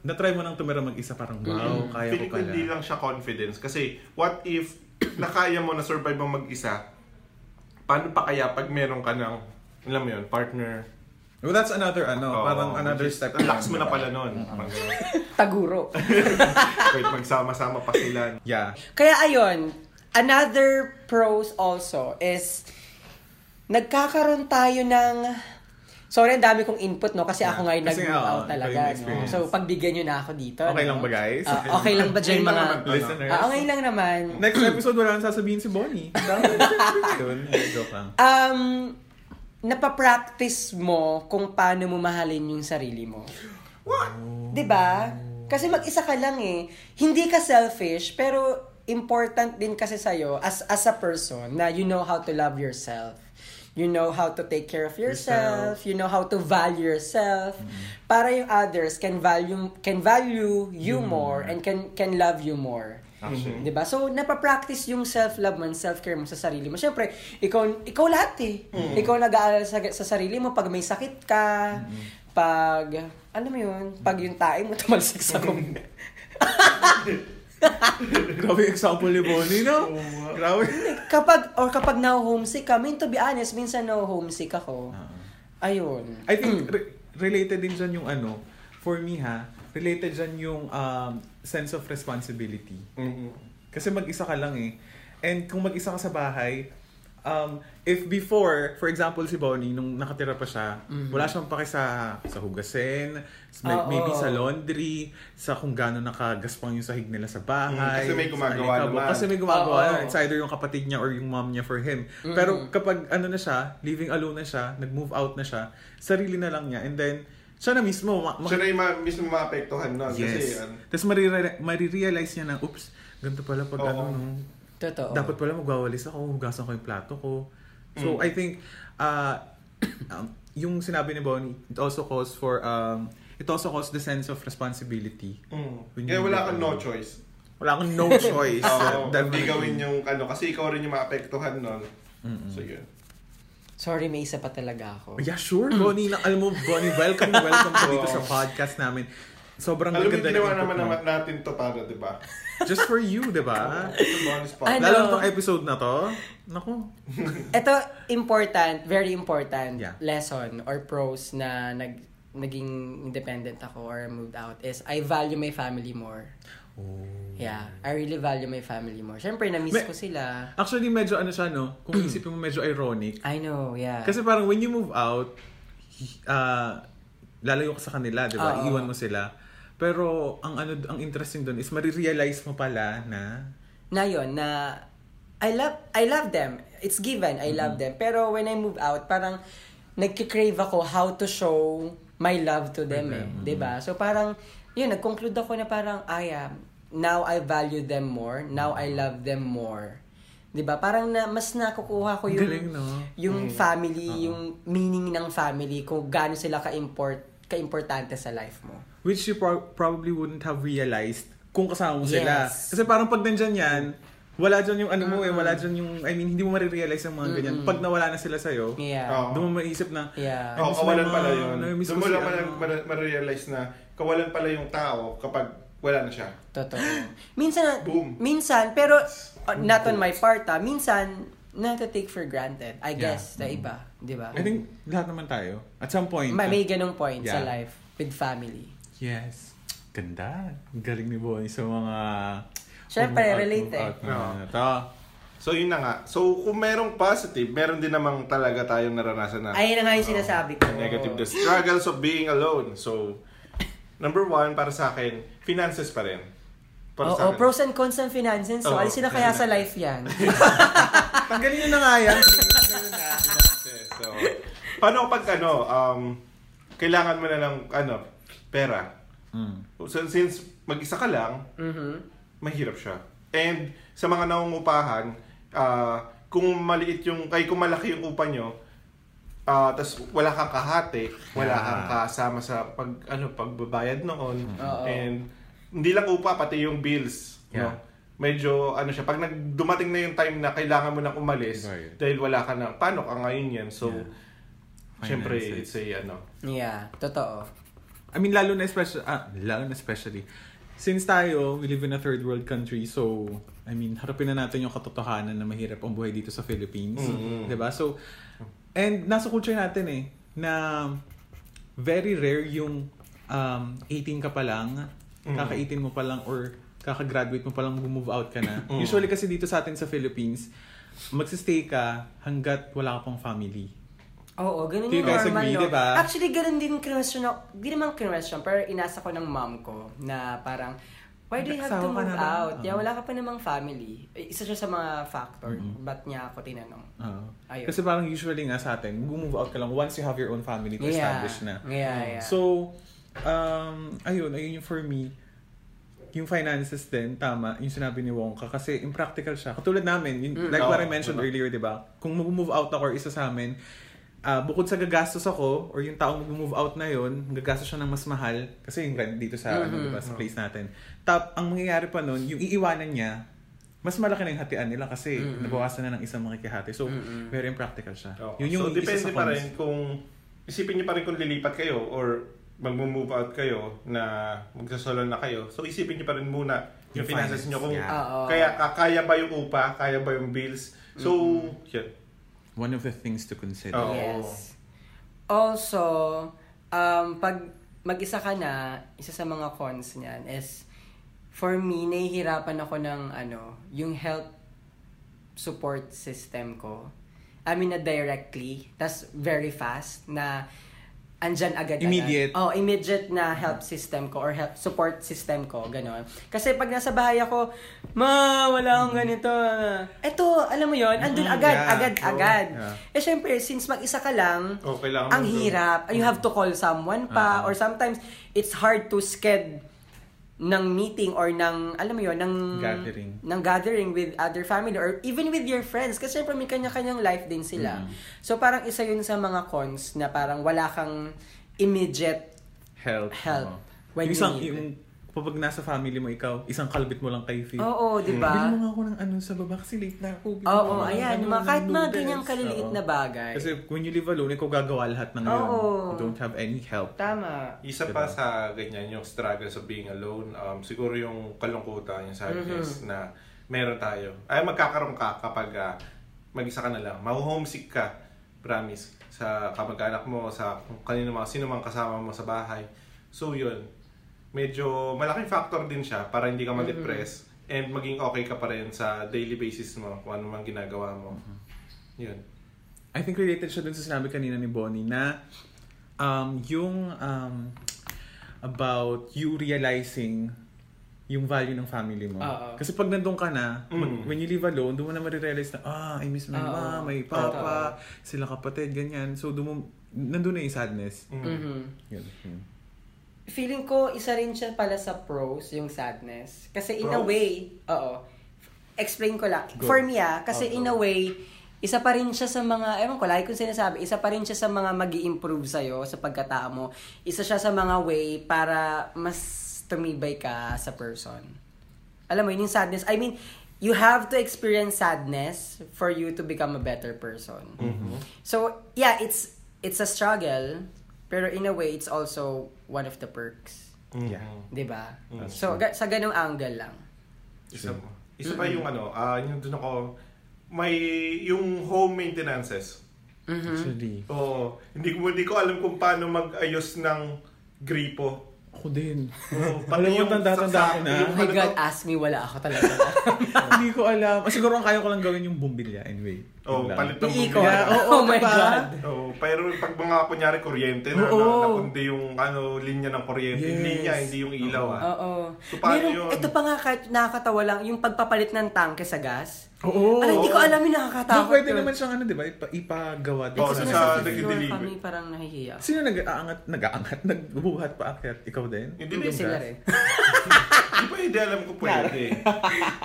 Speaker 3: na-try mo nang tumira mag-isa parang wow,
Speaker 2: Mm.
Speaker 3: kaya ko
Speaker 1: Feeling ko
Speaker 3: pala.
Speaker 1: hindi lang siya confidence. Kasi, what if nakaya mo na survive mo mag-isa, paano pa kaya pag meron ka ng, alam mo yun, partner?
Speaker 3: Well, that's another ano,
Speaker 1: Oo,
Speaker 3: parang another
Speaker 1: which is,
Speaker 3: step.
Speaker 1: Ang lakas mo
Speaker 3: yun,
Speaker 1: na
Speaker 3: diba?
Speaker 1: pala nun. Parang ganun.
Speaker 2: Taguro.
Speaker 1: Wait, magsama-sama pa sila.
Speaker 3: Yeah.
Speaker 2: Kaya ayun, another pros also is nagkakaroon tayo ng Sorry, ang dami kong input, no? Kasi ako
Speaker 3: Yeah.
Speaker 2: ngayon
Speaker 3: Kasi,
Speaker 2: nag-move
Speaker 3: oo,
Speaker 2: out
Speaker 3: kayo
Speaker 2: talaga,
Speaker 3: may
Speaker 2: no?
Speaker 3: experience.
Speaker 2: So, pagbigyan nyo na ako dito.
Speaker 3: Okay
Speaker 2: no?
Speaker 3: lang ba, guys?
Speaker 2: Ah, okay lang
Speaker 3: <laughs>
Speaker 2: ba dyan
Speaker 1: Ayun
Speaker 2: mga...
Speaker 1: lang naman,
Speaker 3: listeners.
Speaker 2: Ah, okay lang naman.
Speaker 3: Next episode, wala nang sasabihin si Bonnie. Dami <laughs> na yun. eh, Joke lang.
Speaker 2: Um, napapractice mo kung paano mo mahalin yung sarili mo.
Speaker 1: What?
Speaker 2: 'Di ba? Kasi mag-isa ka lang eh. Hindi ka selfish, pero important din kasi sa'yo as, as a person na you know how to love yourself. You know how to take care of yourself. You know how to value yourself.
Speaker 3: Mm-hmm.
Speaker 2: Para yung others can value can value you
Speaker 3: Mm-hmm.
Speaker 2: more and can can love you more.
Speaker 1: Actually.
Speaker 2: 'Di ba? So napapractice yung self-love mo, and self-care mo sa sarili mo. Syempre, ikaw ikaw lahat eh.
Speaker 3: Mm-hmm.
Speaker 2: Ikaw nag-aaral sa, sa sarili mo pag may sakit ka,
Speaker 3: Mm-hmm.
Speaker 2: pag ano mo 'yun, pag yung tae mo <laughs> tumalsik sa
Speaker 3: Mm-hmm.
Speaker 2: kumbe.
Speaker 3: Grabe yung example ni Bonnie, no? Grabe.
Speaker 2: kapag or kapag na homesick ka, I mean, to be honest, minsan na homesick ako. Ayun.
Speaker 3: Ah. I think re- related din dyan yung ano, for me ha, related dyan yung um, sense of responsibility. Kasi mag-isa ka lang eh. And kung mag-isa ka sa bahay, um, if before, for example, si Bonnie, nung nakatira pa siya,
Speaker 2: Mm-hmm.
Speaker 3: wala siyang pake sa, sa hugasin, s- may-
Speaker 2: Ah, Oo.
Speaker 3: maybe sa laundry, sa kung gano'n nakagaspang yung sahig nila sa
Speaker 1: Mm,
Speaker 3: bahay.
Speaker 1: kasi may
Speaker 3: sa
Speaker 1: gumagawa
Speaker 3: alikabok.
Speaker 1: naman.
Speaker 3: Kasi may gumagawa.
Speaker 2: Oo.
Speaker 3: naman. It's either yung kapatid niya or yung mom niya for him. Pero kapag ano na siya, living alone na siya, nag-move out na siya, sarili na lang niya. And then, siya na mismo, ma-
Speaker 1: Siya na yung ma- mismo maapektuhan nun. Kasi,
Speaker 3: Yes.
Speaker 1: ano,
Speaker 3: Tapos marire- marirealize niya na, oops, ganito pala pag
Speaker 1: Oo.
Speaker 3: ano, no?
Speaker 2: <clears throat> Totoo.
Speaker 3: dapat pala magwawalis ako, hugasan ko yung plato ko. So,
Speaker 1: Hmm.
Speaker 3: I think, uh, um, yung sinabi ni Bonnie, it also calls for, um, it also calls the sense of responsibility.
Speaker 1: mm.
Speaker 3: When
Speaker 1: kaya
Speaker 3: you-
Speaker 1: wala kang no choice.
Speaker 3: Wala akong
Speaker 1: <laughs>
Speaker 3: no choice.
Speaker 1: Oo,
Speaker 3: ano. Definitely.
Speaker 1: hindi gawin yung ano, kasi ikaw rin yung maapektuhan nun. So, yun.
Speaker 2: Sorry, may isa pa talaga ako.
Speaker 3: Yeah, sure. Bonnie, na, alam mo, Bonnie, welcome, welcome ka dito
Speaker 1: Oo.
Speaker 3: sa podcast namin. Sobrang
Speaker 1: Alam mo,
Speaker 3: ganda
Speaker 1: ginawa
Speaker 3: input
Speaker 1: naman
Speaker 3: mo. Ah?
Speaker 1: naman natin to para, di ba?
Speaker 3: Just for you, di ba?
Speaker 1: Ito, bonus pa.
Speaker 2: Ano?
Speaker 3: Lalo na tong episode na to. Naku.
Speaker 2: Ito, important, very important
Speaker 3: Yeah.
Speaker 2: lesson or pros na nag naging independent ako or moved out is I value my family more. Yeah, I really value my family more. Siyempre, na-miss
Speaker 3: May-
Speaker 2: ko sila.
Speaker 3: Actually, medyo ano siya, no?
Speaker 1: <clears throat>
Speaker 3: Kung isipin mo, medyo ironic.
Speaker 2: I know, yeah.
Speaker 3: Kasi parang when you move out, uh, lalayo ka sa kanila, di ba?
Speaker 2: Oo.
Speaker 3: Iiwan mo sila. Pero ang ano ang interesting doon is marirealize mo pala na
Speaker 2: na yon na I love I love them. It's given. I love them.
Speaker 3: Mm-hmm.
Speaker 2: Pero when I move out, parang nagki-crave ako how to show my love to them, eh,
Speaker 3: Mhm.
Speaker 2: 'di ba? So parang yun, nag-conclude ako na parang I am now I value them more, now I
Speaker 3: Mm-hmm.
Speaker 2: love them more. 'Di ba? Parang na mas nakukuha ko yung
Speaker 3: Galing, no? Mm-hmm.
Speaker 2: yung family, yung meaning ng family kung gaano sila ka-import ka-importante sa life mo.
Speaker 3: Which you pro- probably wouldn't have realized kung kasama mo sila.
Speaker 2: Yes.
Speaker 3: Kasi parang pag nandyan yan, wala dyan yung ano mo eh, wala dyan yung, I mean, hindi mo marirealize yung mga ganyan. Pag nawala na sila sa'yo,
Speaker 2: Yeah.
Speaker 1: Oo.
Speaker 3: doon mo maisip na,
Speaker 2: Yeah.
Speaker 3: I
Speaker 1: Oo,
Speaker 3: miss
Speaker 1: kawalan
Speaker 3: my mom,
Speaker 1: pala yun.
Speaker 3: I miss
Speaker 1: Doon
Speaker 3: ko
Speaker 1: mo
Speaker 3: si
Speaker 1: lang
Speaker 3: ano.
Speaker 1: ma- ma- ma-realize na kawalan pala yung tao kapag wala na siya.
Speaker 2: Totoo. <gasps> Minsan,
Speaker 1: Boom.
Speaker 2: minsan, pero uh, not on my part ah, minsan, na-take for granted. I
Speaker 3: Yeah.
Speaker 2: guess, sa iba. Di ba?
Speaker 3: I think lahat naman tayo. At some point.
Speaker 2: May, may ganong point sa
Speaker 3: Yeah.
Speaker 2: life with family.
Speaker 3: Yes. Ganda. Galing ni Bonnie sa mga...
Speaker 2: Siyempre,
Speaker 3: move out,
Speaker 2: relate
Speaker 3: move
Speaker 2: eh.
Speaker 3: out na
Speaker 1: Oo.
Speaker 3: ano to.
Speaker 1: So yun na nga. So kung merong positive, meron din namang talaga tayong naranasan na
Speaker 2: Ayun na nga yung sinasabi ko.
Speaker 1: negative. The struggles of being alone. So, number one, para sa akin, finances pa rin. Para
Speaker 2: Oo,
Speaker 1: sa akin.
Speaker 2: pros and cons ng finances. So,
Speaker 1: Oo,
Speaker 2: alis na kaya
Speaker 1: yan
Speaker 2: sa
Speaker 1: na.
Speaker 2: life
Speaker 1: <laughs>
Speaker 2: yan.
Speaker 3: Tanggalin nyo na nga yan.
Speaker 1: Finances, so, paano pag ano, um, kailangan mo na ng ano, pera.
Speaker 3: mm.
Speaker 1: So, since mag-isa ka lang,
Speaker 3: Mm-hmm.
Speaker 2: Mhm.
Speaker 1: mahirap siya. And sa mga nangungupahan, ah, kung maliit yung, kay kung malaki yung upa nyo, ah tas wala kang kahati, wala
Speaker 3: Yeah.
Speaker 1: kang kasama sa pag ano pagbabayad noon.
Speaker 3: Mm-hmm.
Speaker 2: Oo.
Speaker 1: And hindi lang upa pati yung bills,
Speaker 3: Yeah.
Speaker 1: no? Medyo ano siya, pag nag, dumating na yung time na kailangan mo nang umalis
Speaker 3: Right.
Speaker 1: dahil wala ka na, paano ka ngayon yan? So,
Speaker 3: Yeah.
Speaker 1: syempre,
Speaker 3: Finances.
Speaker 1: it's a ano.
Speaker 2: Yeah, totoo.
Speaker 3: I mean, lalo na especially, ah, lalo na especially, since tayo, we live in a third world country, so, I mean, harapin na natin yung katotohanan na mahirap ang buhay dito sa Philippines.
Speaker 1: Mm.
Speaker 3: 'Di ba So, and nasa culture natin eh, na very rare yung um, 18 ka pa lang,
Speaker 1: Mm.
Speaker 3: kaka-18 mo pa lang, or kaka-graduate mo pa lang, move out ka na. Usually kasi dito sa atin sa Philippines, magsistay ka hanggat wala ka pang family.
Speaker 2: Oo, ganun
Speaker 3: Do you
Speaker 2: yung
Speaker 3: guys
Speaker 2: normal,
Speaker 3: agree,
Speaker 2: no?
Speaker 3: diba?
Speaker 2: Actually, ganun din kinwestiyon ako. Hindi naman kinwestiyon, pero inasa ko ng mom ko na parang, why do you have to
Speaker 3: Nagsawa ka
Speaker 2: move
Speaker 3: na lang.
Speaker 2: out? Yeah,
Speaker 3: Oo.
Speaker 2: wala ka pa namang family. Eh, Isa siya sa mga factor. Ba't niya ako tinanong?
Speaker 3: Oo.
Speaker 2: Ayun.
Speaker 3: Kasi parang usually nga sa atin, move out ka lang once you have your own family to
Speaker 2: Yeah.
Speaker 3: establish na. Mm.
Speaker 2: Yeah, yeah.
Speaker 3: So, um, ayun, ayun yung for me, yung finances din, tama, yung sinabi ni Wongka, kasi impractical siya. Katulad namin,
Speaker 2: Mm.
Speaker 3: yun- like what I
Speaker 1: Oo,
Speaker 3: mentioned
Speaker 1: diba?
Speaker 3: earlier, di ba? Kung mag-move out ako or isa sa amin, ah, bukod sa gagastos ako, or yung taong mag-move out na yun, gagastos siya ng mas mahal, kasi yung rent dito sa, ano, diba,
Speaker 1: Mm-hmm.
Speaker 3: sa place natin. Tap, ang mangyayari pa nun, yung iiwanan niya, mas malaki na yung hatian nila kasi nabawasan na ng isang makikihati. So, very impractical siya.
Speaker 1: Mm-hmm. Oo.
Speaker 3: Yun yung
Speaker 1: so,
Speaker 3: isa
Speaker 1: depende
Speaker 3: sa
Speaker 1: pa
Speaker 3: cons.
Speaker 1: rin kung isipin niyo pa rin kung lilipat kayo or mag-move out kayo na magsasolo na kayo. So, isipin niyo pa rin muna yung
Speaker 3: Yung
Speaker 1: finances
Speaker 3: finance,
Speaker 1: niyo kung
Speaker 3: yeah.
Speaker 2: Oo.
Speaker 1: kaya ka- kaya ba yung upa, kaya ba yung bills. So, yun.
Speaker 3: One of the things to consider.
Speaker 1: Oo.
Speaker 2: Yes. Also, um, pag mag-isa ka na, isa sa mga cons niyan is, for me, nahihirapan ako ng, ano, yung help support system ko. I mean, na directly, tas very fast, na andyan agad
Speaker 3: Immediate.
Speaker 2: Oh, immediate na help system ko or help support system ko, gano'n. Kasi pag nasa bahay ako, ma, wala akong ganito. Eto, alam mo yon andun
Speaker 3: Mm,
Speaker 2: agad,
Speaker 3: yeah.
Speaker 2: agad,
Speaker 3: Oo.
Speaker 2: agad.
Speaker 3: Yeah.
Speaker 2: Eh, syempre, since mag-isa ka lang,
Speaker 1: Oh, kailangan mo
Speaker 2: ang
Speaker 1: to-
Speaker 2: hirap. You have to call someone pa.
Speaker 3: Ah, ah.
Speaker 2: Or sometimes, it's hard to sched ng meeting or ng, alam mo yun, ng
Speaker 3: Gathering.
Speaker 2: ng gathering with other family or even with your friends. Kasi syempre, may kanya-kanyang life din sila.
Speaker 3: Mm-hmm.
Speaker 2: So, parang isa yun sa mga cons na parang wala kang immediate
Speaker 3: Help.
Speaker 2: Help.
Speaker 3: Oo.
Speaker 2: When
Speaker 3: yung
Speaker 2: you
Speaker 3: isang,
Speaker 2: need it.
Speaker 3: yung, kapag nasa family mo ikaw, isang kalbit mo lang kay Phil.
Speaker 2: Oo, di ba?
Speaker 3: Bili mo nga ako ng ano sa baba kasi late na ako. Bili mo
Speaker 2: Oo,
Speaker 3: nga ng
Speaker 2: ayan.
Speaker 3: ano,
Speaker 2: mga,
Speaker 3: ng
Speaker 2: kahit mga
Speaker 3: noodles.
Speaker 2: ganyang kaliliit
Speaker 3: Oo.
Speaker 2: na bagay.
Speaker 3: Kasi when you live alone, ikaw gagawa lahat ng yun.
Speaker 2: Oo.
Speaker 3: You don't have any help.
Speaker 2: Tama.
Speaker 1: Isa pa sa ganyan yung struggles of being alone, um, siguro yung kalungkutan, yung sadness na meron tayo. Ay, magkakaroon ka kapag ah, mag-isa ka na lang. Mahuhomesick ka, promise, sa kamag-anak mo, sa kung kanino mga, sino mang kasama mo sa bahay. So, yun. Medyo malaking factor din siya para hindi ka ma-depress and maging okay ka pa rin sa daily basis mo, kung ano mang ginagawa mo. Yun.
Speaker 3: I think related siya dun sa sinabi kanina ni Bonnie na um, yung um, about you realizing yung value ng family mo.
Speaker 2: Oo.
Speaker 3: Kasi pag nandun ka na,
Speaker 1: Mm.
Speaker 3: mag- when you live alone, doon mo na marirealize na, ah, I miss my
Speaker 2: Oo.
Speaker 3: mom, my papa, sila kapatid, ganyan. So, doon mo, nandun na yung sadness. Hmm.
Speaker 1: Mm.
Speaker 2: Mhm.
Speaker 3: Yun. yun.
Speaker 2: feeling ko isa rin siya pala sa pros, yung sadness. Kasi in a
Speaker 1: Pros?
Speaker 2: way, oo. Explain ko lang.
Speaker 3: Go.
Speaker 2: For me ah, kasi
Speaker 3: Oo.
Speaker 2: in a way, isa pa rin siya sa mga, ewan ko, lagi kong sinasabi, isa pa rin siya sa mga mag improve sa'yo sa pagkatao mo. Isa siya sa mga way para mas tumibay ka sa person. Alam mo, yun yung sadness. I mean, you have to experience sadness for you to become a better person.
Speaker 1: Mm-hmm.
Speaker 2: So, yeah, it's it's a struggle, pero in a way, it's also one of the perks.
Speaker 3: Yeah.
Speaker 1: Mm-hmm.
Speaker 2: Di ba?
Speaker 1: That's
Speaker 2: So, ga- sa ganong angle lang.
Speaker 1: Isa pa. Isa pa yung ano, ah yung doon ako, may yung home maintenances.
Speaker 3: Actually,
Speaker 1: Oo. hindi ko hindi ko alam kung paano mag-ayos ng gripo.
Speaker 3: ako din.
Speaker 1: Oo,
Speaker 3: Alam mo, tanda-tanda
Speaker 1: saksak,
Speaker 3: ako na.
Speaker 1: yung
Speaker 2: Oh my
Speaker 1: ano
Speaker 2: God,
Speaker 1: to.
Speaker 2: ask me, wala ako
Speaker 1: <laughs>
Speaker 2: talaga.
Speaker 3: <laughs> Hindi ko alam. Ah, Siguro ang kaya ko lang gawin yung bumbilya anyway.
Speaker 1: Oo,
Speaker 3: Yun lang.
Speaker 1: Oh, palit ng
Speaker 2: Iikot.
Speaker 1: bumili.
Speaker 3: Yeah, oo,
Speaker 2: oh my
Speaker 3: diba?
Speaker 2: God.
Speaker 1: Oo, pero pag mga kunyari kuryente na,
Speaker 3: Oo.
Speaker 1: na napundi yung ano, linya ng kuryente,
Speaker 3: Yes.
Speaker 1: linya, hindi yung ilaw ah.
Speaker 2: Oo.
Speaker 1: So, paano yun?
Speaker 2: Meron, ito pa nga kahit nakakatawa lang, yung pagpapalit ng tangke sa gas.
Speaker 3: Oo.
Speaker 2: Alam, hindi ko alam yung
Speaker 3: No,
Speaker 2: nakakatakot.
Speaker 3: pwede
Speaker 2: yun.
Speaker 3: naman siyang ano, di ba? Ipa, ipagawa.
Speaker 1: Oo,
Speaker 2: Oh,
Speaker 3: Kasi
Speaker 1: nasa-
Speaker 3: nasa-
Speaker 2: fifth floor
Speaker 1: nagdi-deliver.
Speaker 2: kami parang nahihiya.
Speaker 3: Sino nag-aangat, nag-aangat, <laughs> nagbubuhat pa akyat? Ikaw din?
Speaker 1: Hindi
Speaker 2: Hindi
Speaker 1: yung
Speaker 2: sila
Speaker 1: gas.
Speaker 2: rin.
Speaker 1: Hindi pa hindi alam ko pwede.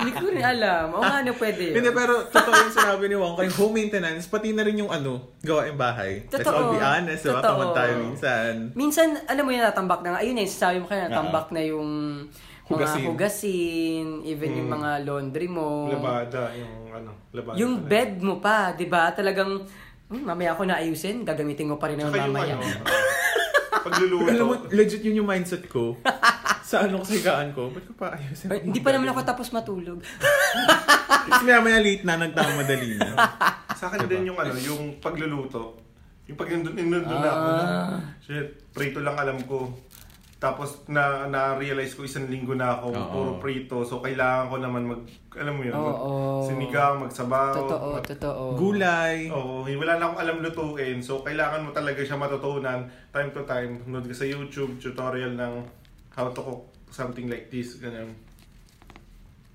Speaker 2: Hindi ko rin alam. O nga, ano pwede yun.
Speaker 3: Hindi, pero totoo yung sinabi ni Wong, kay home maintenance, pati na rin yung ano, gawaing bahay. Let's
Speaker 2: Totoo.
Speaker 3: all be honest, diba?
Speaker 2: Totoo.
Speaker 3: Tamad tayo minsan.
Speaker 2: Minsan, alam mo yun, natambak na nga. Ayun eh, sabi mo kayo, natambak na yung
Speaker 3: Ah. Hugasin. Hmm.
Speaker 2: mga hugasin, even yung mga laundry mo.
Speaker 1: Labada, yung ano, labada.
Speaker 2: Yung
Speaker 1: talaga.
Speaker 2: bed mo pa, di ba? Talagang, "Hmm, mamaya ko na ayusin, gagamitin mo pa rin
Speaker 1: Tsaka
Speaker 2: naman mamaya.
Speaker 1: yung ano, ah, pagluluto.
Speaker 3: Alam mo, legit yun yung mindset
Speaker 2: <laughs>
Speaker 3: ko. sa ano, sa higaan ko. Ba't ko pa ayusin?
Speaker 2: Ay, Hindi pa naman ako tapos matulog.
Speaker 3: Kasi maya maya late na,
Speaker 2: <laughs>
Speaker 3: nagtamadali na.
Speaker 2: Diba?
Speaker 1: Sa akin din yung ano, yung pagluluto. Yung pag nandun, nandun na ako.
Speaker 2: Ah.
Speaker 1: Shit, prito lang alam ko. Tapos na na-realize ko isang linggo na ako
Speaker 3: Oo.
Speaker 1: puro prito. So kailangan ko naman mag alam mo yun, mag
Speaker 2: Oo.
Speaker 1: sinigang, magsabaw.
Speaker 2: totoo,
Speaker 1: mag-
Speaker 2: totoo.
Speaker 3: Gulay.
Speaker 1: Oo, wala na akong alam lutuin. So kailangan mo talaga siya matutunan time to time. Nood ka sa YouTube tutorial ng how to cook something like this. Ganun.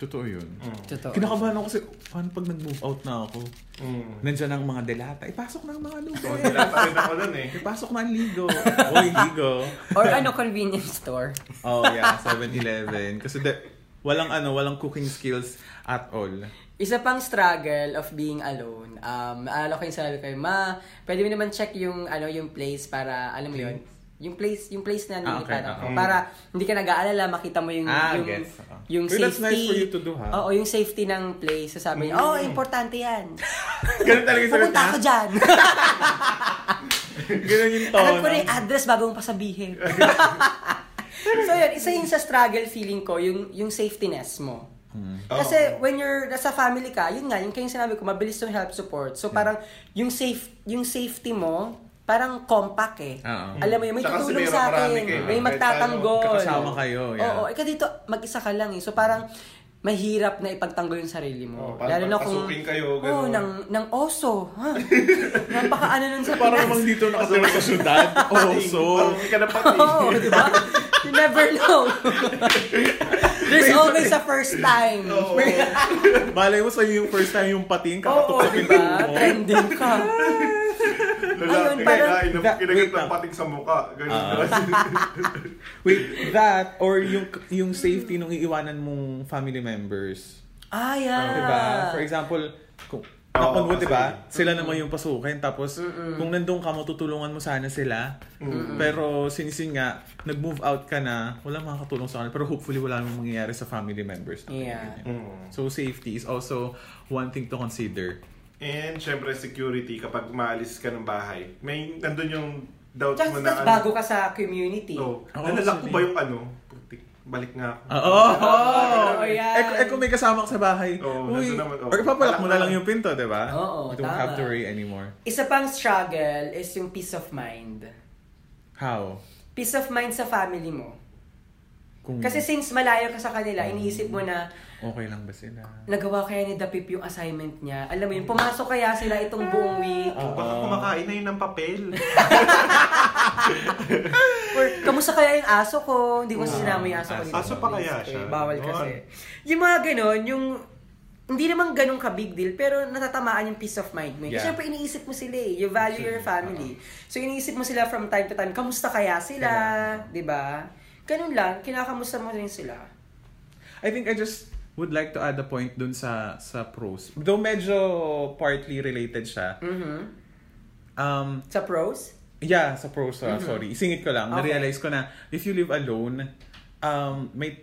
Speaker 3: Totoo yun.
Speaker 2: Totoo.
Speaker 3: Kinakabahan ako kasi, paano pag nag-move out na ako?
Speaker 1: Mm.
Speaker 3: Nandiyan ang mga delata. Ipasok na ang mga lugo.
Speaker 1: So, wala pa rin ako nun eh.
Speaker 3: Ipasok na ang <laughs> ligo. Uy, Oh, ligo.
Speaker 2: Or ano, convenience store.
Speaker 3: Oh yeah, 7-Eleven. Kasi de, walang ano, walang cooking skills at all.
Speaker 2: Isa pang struggle of being alone. Um, naalala ko yung sinabi ko, ma, pwede mo naman check yung, ano, yung place para, alam mo yun, yung place, yung place na
Speaker 3: Ah, okay,
Speaker 2: nilipatan
Speaker 3: ah,
Speaker 2: ko.
Speaker 1: ah.
Speaker 2: Para hindi ka nag-aalala, makita mo yung,
Speaker 3: Ah,
Speaker 2: yung,
Speaker 3: gets. Ah.
Speaker 2: yung
Speaker 3: Well, that's
Speaker 2: safety.
Speaker 3: nice for you to do, ha?
Speaker 2: Oo, yung safety ng place. So sabi niya,
Speaker 1: Mm.
Speaker 2: oh, importante yan.
Speaker 3: Ganun talaga yung sagot
Speaker 2: Pupunta ako
Speaker 3: niya.
Speaker 2: dyan.
Speaker 3: <laughs> Ganun yung tono.
Speaker 2: Alam ko na yung address bago mo pasabihin. <laughs> so yun, isa yung sa struggle feeling ko, yung, yung safetyness mo.
Speaker 3: Oh,
Speaker 2: Kasi when you're nasa family ka, yun nga, yung kayong sinabi ko, mabilis yung help support.
Speaker 3: Hmm.
Speaker 2: So parang yung safe yung safety mo, parang compact eh.
Speaker 3: Oo.
Speaker 2: Alam mo yun, may
Speaker 1: Tsaka
Speaker 2: tutulong
Speaker 1: si Mira,
Speaker 2: sa
Speaker 1: marami
Speaker 2: akin,
Speaker 1: kayo. eh.
Speaker 2: may
Speaker 1: Kahit
Speaker 2: magtatanggol.
Speaker 3: ano, kakasama kayo, yeah.
Speaker 2: Oo, ikaw dito, mag-isa ka lang eh. So parang mahirap na ipagtanggol yung sarili mo.
Speaker 1: Oo, parang pagpasukin kayo, ganun.
Speaker 2: Oo, ng, ng oso.
Speaker 1: <laughs>
Speaker 2: Ha? Napaka ano nun sa Pinas.
Speaker 3: Parang namang dito nakatira sa syudad. <laughs> Oh, so.
Speaker 1: Parang hindi ka na pati.
Speaker 2: <laughs> Oo, di ba? You never
Speaker 1: <laughs>
Speaker 2: know. There's always a first time. <laughs>
Speaker 1: Oo.
Speaker 3: Malay mo sa'yo yung first time yung pating
Speaker 2: Oo,
Speaker 3: kakatukin
Speaker 2: di
Speaker 3: ng
Speaker 2: ba?
Speaker 3: mo.
Speaker 2: Trending
Speaker 3: <laughs>
Speaker 2: ka.
Speaker 3: diba?
Speaker 2: Ayun,
Speaker 1: Lalaki
Speaker 2: parang-
Speaker 1: na inom,
Speaker 3: That-
Speaker 1: kinagat
Speaker 3: wait lang.
Speaker 1: ng pating sa mukha. Ganun
Speaker 3: Ah.
Speaker 1: na.
Speaker 3: Wait, that or yung yung safety nung iiwanan mong family members.
Speaker 2: Ah, yeah.
Speaker 3: Diba? For example, kung
Speaker 1: Oo,
Speaker 3: Kapag mo,
Speaker 1: kasi-
Speaker 3: diba? Sila naman yung pasukin. Tapos, kung nandun ka, matutulungan mo sana sila. Pero, since yun nga, nag-move out ka na, wala makakatulong sa kanila. Pero hopefully, wala namang mangyayari sa family members. natin.
Speaker 2: Yeah.
Speaker 1: Mm.
Speaker 3: So, safety is also one thing to consider.
Speaker 1: <laughs> And syempre security kapag maalis ka ng bahay. May nandun yung doubt
Speaker 2: Just,
Speaker 1: mo na
Speaker 2: tas
Speaker 3: ano.
Speaker 2: bago ka sa community.
Speaker 1: ano.
Speaker 3: Oo,
Speaker 1: Oh, nalala ko
Speaker 3: sabi.
Speaker 1: ba yung ano? Putik, Balik nga ako.
Speaker 3: Oo!
Speaker 1: <laughs>
Speaker 3: Oh,
Speaker 2: oo, yan.
Speaker 3: Eh, eh, kung may kasama ka sa bahay,
Speaker 1: Oo,
Speaker 3: uy,
Speaker 1: nandun naman, oo.
Speaker 3: or ipapalak mo na lang
Speaker 1: Palakpakan.
Speaker 3: yung pinto, diba?
Speaker 2: Oo,
Speaker 3: You don't
Speaker 2: tama.
Speaker 3: have to worry anymore.
Speaker 2: Isa pang struggle is yung peace of mind.
Speaker 3: How?
Speaker 2: Peace of mind sa family mo.
Speaker 3: Kung
Speaker 2: Kasi since malayo ka sa kanila,
Speaker 3: Hmm.
Speaker 2: iniisip mo na
Speaker 3: okay lang ba sila?
Speaker 2: nagawa kaya ni Dapip yung assignment niya. Alam mo yun, pumasok kaya sila itong buong week.
Speaker 1: Oh, Baka
Speaker 3: Ah.
Speaker 1: kumakain na yun ng papel.
Speaker 2: Or, kamusta kaya yung aso ko? Hindi ko sinama yung aso ko. dito.
Speaker 1: Aso pa kaya siya?
Speaker 2: Eh, bawal
Speaker 1: Ganon.
Speaker 2: kasi. Yung mga ganon, yung hindi naman ganun ka big deal, pero natatamaan yung peace of mind mo. eh. Kasi
Speaker 3: Yeah.
Speaker 2: syempre iniisip mo sila eh. You value your family. So iniisip mo sila from time to time, kamusta kaya sila? 'Di ba? ganun lang, kinakamusta mo rin sila.
Speaker 3: I think I just would like to add a point dun sa sa pros. Though medyo partly related siya.
Speaker 2: Mhm.
Speaker 3: Um,
Speaker 2: Sa pros?
Speaker 3: yeah, sa pros, ah, sorry. Isingit ko lang.
Speaker 2: Mm-hmm. Okay.
Speaker 3: Na-realize ko na if you live alone, um, may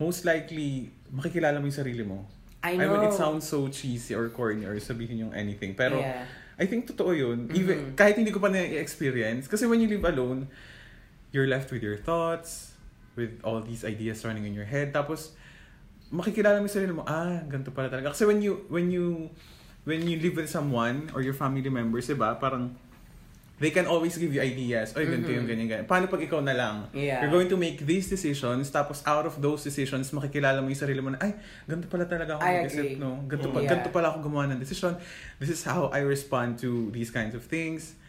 Speaker 3: most likely makikilala mo yung sarili mo.
Speaker 2: I
Speaker 3: I mean,
Speaker 2: know.
Speaker 3: it sounds so cheesy or corny or sabihin yung anything. Pero,
Speaker 2: Yeah.
Speaker 3: I think totoo yun. Even, Kahit hindi ko pa na-experience. Kasi when you live alone, you're left with your thoughts, with all these ideas running in your head. Tapos, makikilala mo yung sarili mo, ah, ganito pala talaga. Kasi when you, when you, when you live with someone or your family members, diba, parang, they can always give you ideas. Oy, ganito yung ganyan, ganyan. Paano pag ikaw na lang?
Speaker 2: Yeah.
Speaker 3: You're going to make these decisions, tapos out of those decisions, makikilala mo yung sarili mo na, ay, ganito pala talaga ako
Speaker 2: I
Speaker 3: mag-isip,
Speaker 2: agree.
Speaker 3: no? Ganito, pa,
Speaker 2: Yeah.
Speaker 3: ganito pala ako gumawa ng desisyon. This is how I respond to these kinds of things.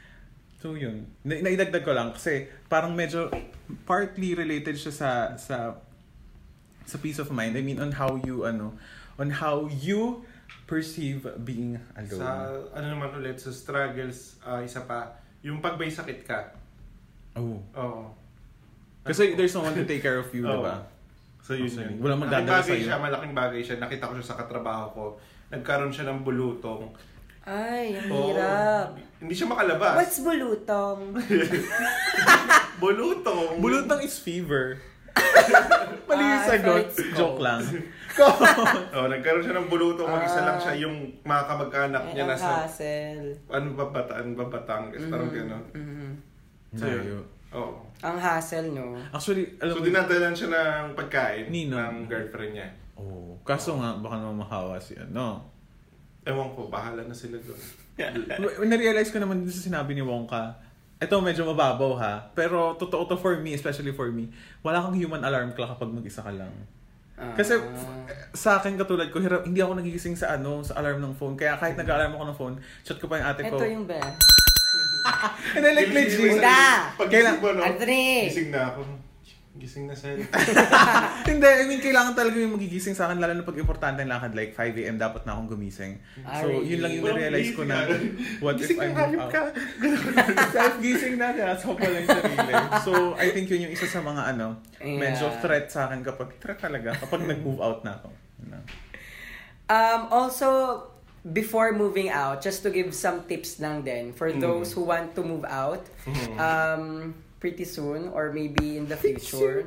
Speaker 3: So, yun. Na naidagdag ko lang kasi parang medyo partly related siya sa sa sa peace of mind. I mean, on how you, ano, on how you perceive being alone.
Speaker 1: Sa, ano naman ulit, sa struggles, ah, isa pa, yung pag may sakit ka.
Speaker 3: Oh.
Speaker 1: Oo.
Speaker 3: Kasi there's no one to take care of you,
Speaker 1: Oo.
Speaker 3: diba?
Speaker 1: So yun
Speaker 3: Actually,
Speaker 1: yun.
Speaker 3: walang
Speaker 1: Malaking
Speaker 3: magdadala
Speaker 1: bagay
Speaker 3: sa'yo.
Speaker 1: siya, malaking bagay siya. Nakita ko siya sa katrabaho ko. Nagkaroon siya ng bulutong.
Speaker 2: Ay, ang
Speaker 1: Oo.
Speaker 2: hirap.
Speaker 1: Hindi siya makalabas.
Speaker 2: What's bulutong?
Speaker 1: Bulutong.
Speaker 3: Bulutang is fever. <laughs> Mali yung
Speaker 2: Ah, so
Speaker 3: sagot.
Speaker 2: it's cold.
Speaker 3: Joke <laughs> lang.
Speaker 1: Oh, nagkaroon siya ng bulutong. Mag-isa
Speaker 2: Ah.
Speaker 1: lang siya yung mga kamag-anak
Speaker 3: Eh,
Speaker 2: Ay,
Speaker 1: niya
Speaker 2: ang
Speaker 1: nasa
Speaker 2: hassle.
Speaker 1: ano ba bataan ba Batangas
Speaker 3: Mm-hmm.
Speaker 1: parang gano'n.
Speaker 2: Mhm.
Speaker 3: Layo.
Speaker 1: Oo.
Speaker 2: Ang hassle, no?
Speaker 3: Actually, alam
Speaker 1: So
Speaker 3: mo,
Speaker 1: dinadalan siya ng pagkain
Speaker 3: Nino.
Speaker 1: ng girlfriend niya.
Speaker 3: Oh, kaso nga, baka naman mahawa si ano.
Speaker 1: Ewan ko, bahala na sila doon.
Speaker 3: W- Narealize ko naman dun sa sinabi ni Wonka, ito medyo mababaw ha, pero totoo to for me, especially for me, wala kang human alarm clock kapag mag-isa ka lang.
Speaker 2: Ah.
Speaker 3: Kasi f- sa akin katulad ko, hirap, hindi ako nagigising sa ano, sa alarm ng phone. Kaya kahit nag-alarm ako ng phone, chat ko pa yung ate ko.
Speaker 2: Ito yung bell.
Speaker 3: And then like legit.
Speaker 2: Wala.
Speaker 1: Pag gising
Speaker 3: Kailan-
Speaker 1: mo, no?
Speaker 2: Anthony!
Speaker 1: Gising na ako. Gising na
Speaker 3: <laughs>
Speaker 1: siya.
Speaker 3: Hindi, I mean, kailangan talaga yung magigising sa akin, lalo na pag importante ang lakad, like 5 a.m. dapat na akong gumising.
Speaker 2: Ah,
Speaker 3: So,
Speaker 2: really?
Speaker 3: yun lang yung na-realize ko na, what if
Speaker 1: Gising na,
Speaker 3: I move
Speaker 1: hayop
Speaker 3: out?
Speaker 1: ka.
Speaker 3: <laughs> Self-gising na, kinasaw ko lang yung sarili. So, I think yun yung isa sa mga ano, medyo
Speaker 2: Yeah.
Speaker 3: threat sa akin kapag, threat talaga, kapag nag-move out na ako. Yun na.
Speaker 2: Um, also, before moving out, just to give some tips lang din for
Speaker 3: Mm-hmm.
Speaker 2: those who want to move out um, pretty soon or maybe in the future.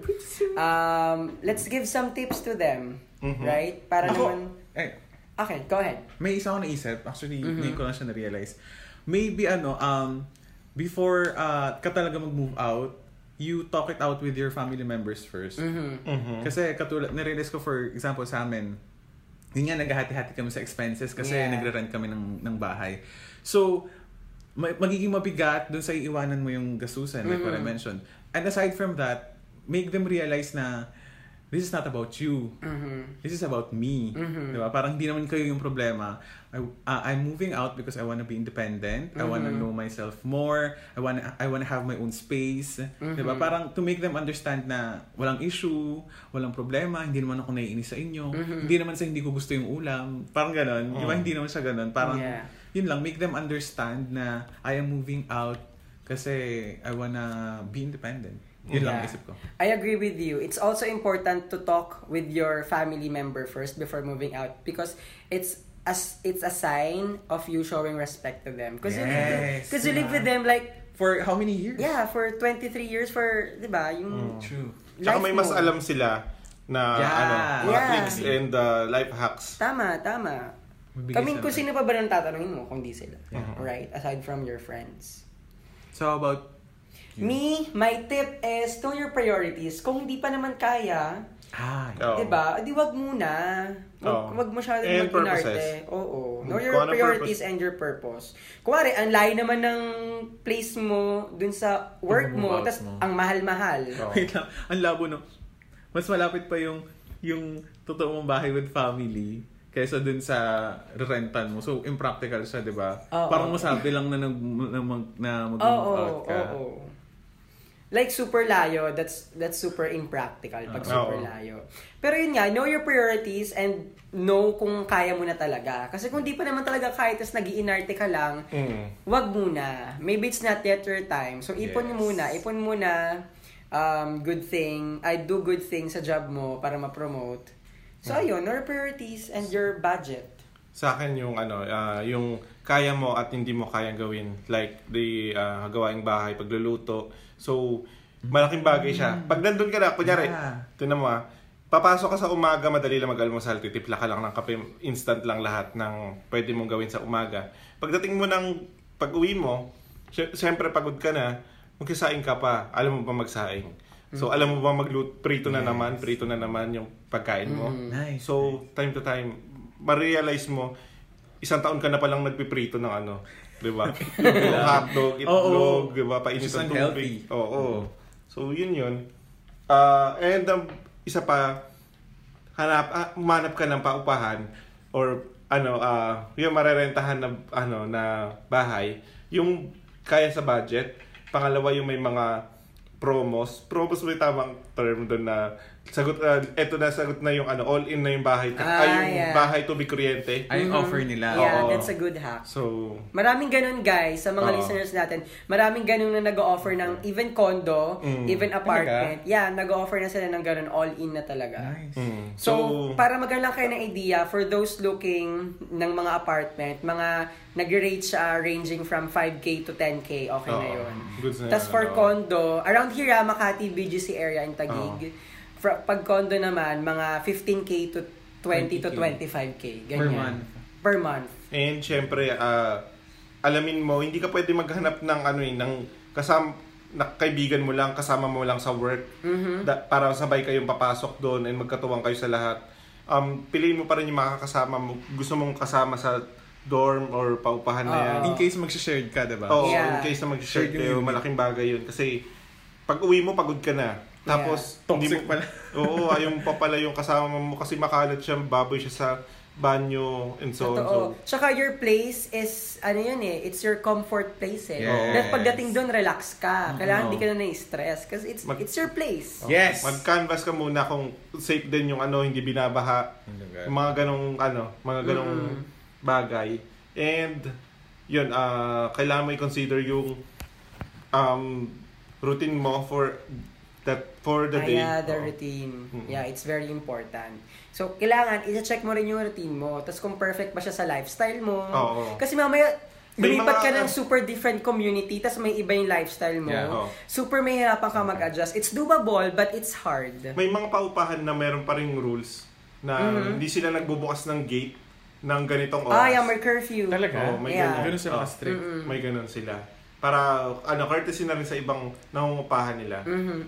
Speaker 2: Um, let's give some tips to them,
Speaker 3: Mm-hmm.
Speaker 2: right? Para
Speaker 1: Ako-
Speaker 2: naman...
Speaker 3: Eh,
Speaker 2: Okay, go ahead.
Speaker 3: may isa ako naisip, actually, hindi ko lang siya na-realize. Maybe ano, um, before uh, ka talaga mag-move out, you talk it out with your family members first. Kasi katulad, narealize ko for example sa amin, yun nga, naghahati-hati kami sa expenses kasi
Speaker 2: Yeah.
Speaker 3: nagre-rent kami ng, ng bahay. So, ma- magiging mabigat dun sa iiwanan mo yung gastusin, like what I mentioned. And aside from that, make them realize na this is not about you. This is about me.
Speaker 2: Mm-hmm.
Speaker 3: Di ba? Parang hindi naman kayo yung problema. I, uh, I'm moving out because I wanna be independent. I
Speaker 2: Mm-hmm.
Speaker 3: wanna know myself more. I wanna, I wanna have my own space. Di
Speaker 2: Mm-hmm.
Speaker 3: ba? Parang to make them understand na walang issue, walang problema, hindi naman ako naiinis sa inyo.
Speaker 2: Mm-hmm.
Speaker 3: Hindi naman sa hindi ko gusto yung ulam. Parang ganon. Di ba? Hindi naman siya ganon. Parang
Speaker 2: Oh. Yeah.
Speaker 3: yun lang, make them understand na I am moving out kasi I wanna be independent. Yun lang
Speaker 2: Yeah.
Speaker 3: isip ko.
Speaker 2: I agree with you. It's also important to talk with your family member first before moving out because it's as it's a sign of you showing respect to them because you live
Speaker 3: Yes.
Speaker 2: because you live with them like
Speaker 3: For how many years? Oh.
Speaker 2: yeah for 23 years for 'di ba yung
Speaker 3: True.
Speaker 1: Mm. Tsaka may
Speaker 2: life
Speaker 1: mas
Speaker 2: mo.
Speaker 1: alam sila na
Speaker 3: Yeah.
Speaker 1: ano, mga
Speaker 2: Yeah.
Speaker 1: tricks and uh, life hacks.
Speaker 2: Tama, tama.
Speaker 3: Mabigay
Speaker 2: Kami,
Speaker 3: sila.
Speaker 2: kung sino pa ba nang tatanungin mo kung di sila.
Speaker 1: Uh-huh.
Speaker 2: Right? Aside from your friends.
Speaker 3: So how about you?
Speaker 2: Me, my tip is know your priorities. Kung hindi pa naman kaya,
Speaker 3: Ah,
Speaker 1: Oo.
Speaker 2: di ba? Diba? Di wag muna. Wag,
Speaker 1: Oo.
Speaker 2: wag masyadong
Speaker 1: And
Speaker 2: mag-inarte. Oo. Know your
Speaker 1: Kung ano
Speaker 2: priorities
Speaker 1: purpose-
Speaker 2: and your purpose. Kuwari, ang layo naman ng place mo dun sa work
Speaker 3: Move
Speaker 2: mo,
Speaker 3: out
Speaker 2: tas
Speaker 3: mo.
Speaker 2: ang mahal-mahal.
Speaker 1: Oo.
Speaker 3: <laughs> <laughs> Wait lang. Ang labo no. Mas malapit pa yung yung totoo mong bahay with family kaysa dun sa rentan mo. So, impractical siya, di ba?
Speaker 2: Oo.
Speaker 3: Parang masabi lang na, nag, na, mag, na mag-move
Speaker 2: Oo,
Speaker 3: out ka.
Speaker 2: oo. Like super layo, that's that's super impractical pag
Speaker 1: Ah. Oo.
Speaker 2: super layo. Pero yun nga, know your priorities and know kung kaya mo na talaga. Kasi kung di pa naman talaga kaya tas nagiinarte ka lang,
Speaker 1: Mm.
Speaker 2: wag muna. Maybe it's not yet your time. So ipon
Speaker 3: Yes.
Speaker 2: muna, ipon muna. um, good thing, I do good thing sa job mo para ma-promote. So, ayun, your priorities and your budget.
Speaker 1: Sa akin yung ano, ah, yung kaya mo at hindi mo kayang gawin. Like the ah, gawaing bahay, pagluluto. So, malaking bagay siya. Pag nandun ka na, kunyari,
Speaker 3: Mm. Yeah.
Speaker 1: tinan mo ah, papasok ka sa umaga, madali lang mag-almusal, titipla ka lang ng kape, instant lang lahat ng pwede mong gawin sa umaga. Pagdating mo ng pag-uwi mo, sy- syempre pagod ka na, magsasaing ka pa, alam mo ba magsaing? So,
Speaker 3: Mm.
Speaker 1: alam mo ba magluto, prito na naman, prito na naman yung pagkain mo.
Speaker 3: Mm. Nice.
Speaker 1: So, time to time, ma-realize mo, isang taon ka na palang nagpiprito ng ano, di
Speaker 3: <laughs>
Speaker 1: ba? Yung hotdog, itlog,
Speaker 3: Oo.
Speaker 1: di ba? Painit
Speaker 3: Which is
Speaker 1: ng
Speaker 3: unhealthy.
Speaker 1: tubig. Oo. So, yun yun. Ah, and um, isa pa, hanap, ah, humanap ka ng paupahan or ano, ah, yung marerentahan na, ano, na bahay, yung kaya sa budget. Pangalawa, yung may mga promos. Promos may tamang term doon na sagot na, eto na sagot na yung ano, all in na yung bahay.
Speaker 2: Ah,
Speaker 1: ay, yung
Speaker 2: yeah.
Speaker 1: bahay tubig kuryente.
Speaker 3: Ay, offer nila.
Speaker 2: Mm-hmm. Yeah,
Speaker 1: Oo.
Speaker 2: that's a good hack.
Speaker 1: So,
Speaker 2: Maraming ganun guys, sa mga
Speaker 1: Oo.
Speaker 2: listeners natin, maraming ganun na nag-o-offer ng even condo,
Speaker 1: Mm.
Speaker 2: even apartment. Yeah, nag-o-offer na sila ng ganun, all-in na talaga.
Speaker 3: Nice.
Speaker 1: mm.
Speaker 2: So, para magkaroon lang kayo ng idea, for those looking ng mga apartment, mga nag-rate siya ranging from 5K to 10K, okay na
Speaker 1: Oo.
Speaker 2: yun.
Speaker 1: Goods na
Speaker 2: Tapos
Speaker 1: yun,
Speaker 2: for
Speaker 1: oo.
Speaker 2: condo, around here, ah, Makati, BGC area in Taguig, fra- pag condo naman, mga 15K to 20 to 25K. Ganyan.
Speaker 3: month.
Speaker 2: Per month.
Speaker 1: And syempre, ah, alamin mo, hindi ka pwede maghanap ng ano eh, ng kasam na kaibigan mo lang, kasama mo lang sa work.
Speaker 2: Mm-hmm.
Speaker 1: Da- para sabay kayong papasok doon and magkatuwang kayo sa lahat. Um, piliin mo pa rin yung makakasama mo. Gusto mong kasama sa dorm or paupahan na yan.
Speaker 2: Oo.
Speaker 3: In case mag-shared ka, diba?
Speaker 1: Oo,
Speaker 2: Yeah.
Speaker 1: in case na mag-share
Speaker 3: Shared
Speaker 1: kayo,
Speaker 3: yung-
Speaker 1: malaking bagay yun. Kasi pag uwi mo, pagod ka na. Tapos,
Speaker 3: Yeah. Toxic
Speaker 1: mo-
Speaker 3: pala.
Speaker 1: <laughs> oo, ayun pa pala yung kasama mo kasi makalat siya, baboy siya sa banyo and so on. So,
Speaker 2: Totoo. Tsaka your place is, ano yun eh, it's your comfort place eh.
Speaker 3: Yes.
Speaker 2: Dahil pagdating doon, relax ka. Kailangan
Speaker 3: Oo.
Speaker 2: hindi ka na na-stress. Kasi it's,
Speaker 1: Mm-hmm. Mag-
Speaker 2: it's your place.
Speaker 3: Yes!
Speaker 1: Mag-canvas ka muna kung safe din yung ano, hindi binabaha. Yung mga ganong ano, mga ganong bagay. And yun, ah kailangan mo i-consider yung um, routine mo for that for the
Speaker 2: Ah,
Speaker 1: day.
Speaker 2: yeah, the
Speaker 1: Oo.
Speaker 2: routine.
Speaker 1: Mm.
Speaker 2: Yeah, it's very important. So, kailangan, i-check mo rin yung routine mo. Tapos kung perfect ba siya sa lifestyle mo.
Speaker 1: Oo.
Speaker 2: Kasi mamaya,
Speaker 1: May
Speaker 2: lumipat
Speaker 1: mga-
Speaker 2: ka ng super different community, tapos may iba yung lifestyle mo.
Speaker 3: Yeah,
Speaker 1: oo.
Speaker 2: Super may hirapan ka mag-adjust. It's doable, but it's hard.
Speaker 1: May mga paupahan na meron pa rin rules na hindi sila nagbubukas ng gate ng ganitong oras.
Speaker 2: Mm-hmm. Ah, yeah, may curfew.
Speaker 1: Oo, may
Speaker 2: Yeah.
Speaker 1: ganun.
Speaker 3: Ganun sila
Speaker 1: Oo.
Speaker 3: ka-strict.
Speaker 1: May ganun sila. Para ano, courtesy na rin sa ibang nangungupahan nila.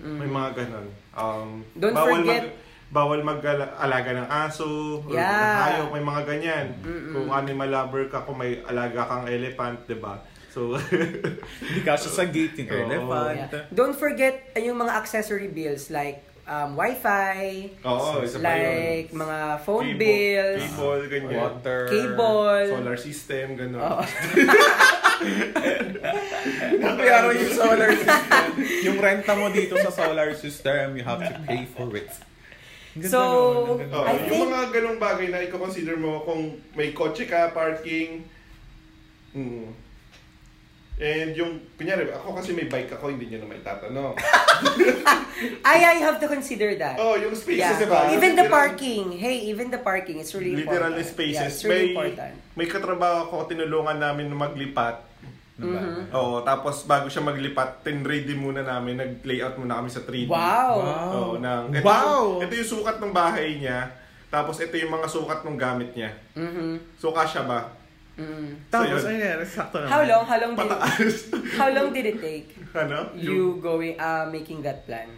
Speaker 1: May mga ganun. Um,
Speaker 2: Mm-hmm, Don't
Speaker 1: bawal
Speaker 2: forget-
Speaker 1: Mag, bawal mag-alaga ng aso, or
Speaker 2: Yeah.
Speaker 1: ng hayop, may mga ganyan. Kung animal lover ka, kung may alaga kang elephant, di ba? So, <laughs>
Speaker 3: Hindi ka siya sa gate yung
Speaker 1: Oo.
Speaker 3: elephant.
Speaker 2: Yeah. Don't forget uh, yung mga accessory bills like um, wifi,
Speaker 1: oo, isa pa yun.
Speaker 2: like mga phone
Speaker 1: Cable-
Speaker 2: bills,
Speaker 1: Cable, ganyan.
Speaker 3: Water.
Speaker 2: cable.
Speaker 1: Solar system, ganun. <laughs>
Speaker 2: Oo.
Speaker 3: Bayaran yung solar system. <laughs> yung renta mo dito sa solar system, you have to pay for it. Ganda
Speaker 2: So,
Speaker 3: nun, ang ganda
Speaker 1: Oo,
Speaker 2: I
Speaker 3: nun.
Speaker 1: yung
Speaker 2: think-
Speaker 1: mga ganung bagay na i-consider mo kung may kotse ka, parking. Mm. And yung, kunyari, ako kasi may bike ako, hindi nyo naman
Speaker 2: <laughs>
Speaker 1: itatanong.
Speaker 2: Ay, I have to consider that.
Speaker 1: oh, yung spaces,
Speaker 2: Yeah.
Speaker 1: diba?
Speaker 2: Even the
Speaker 1: Literal-
Speaker 2: parking. Hey, even the parking. It's really
Speaker 1: Literal
Speaker 2: important.
Speaker 1: spaces.
Speaker 2: Yeah, it's really
Speaker 1: may,
Speaker 2: important.
Speaker 1: may katrabaho ako, tinulungan namin na maglipat.
Speaker 3: Ano ba?
Speaker 2: mm-hmm.
Speaker 1: Oo, tapos bago siya maglipat, tinrady muna namin, nag-layout muna kami sa 3D.
Speaker 2: Wow.
Speaker 3: Wow.
Speaker 2: Oh.
Speaker 1: Oo, Oh, ng, ito,
Speaker 3: Wow!
Speaker 1: Ito yung sukat ng bahay niya, tapos ito yung mga sukat ng gamit niya.
Speaker 2: Mm-hmm.
Speaker 1: So, kasya ba?
Speaker 2: Mm.
Speaker 3: Tapos,
Speaker 1: So, yun.
Speaker 3: ayan, sakto naman.
Speaker 2: How long? How long did it,
Speaker 1: Pataas.
Speaker 2: <laughs>
Speaker 1: <laughs>
Speaker 2: how long did it take
Speaker 1: ano?
Speaker 2: Mm-hmm. you going uh, making that plan?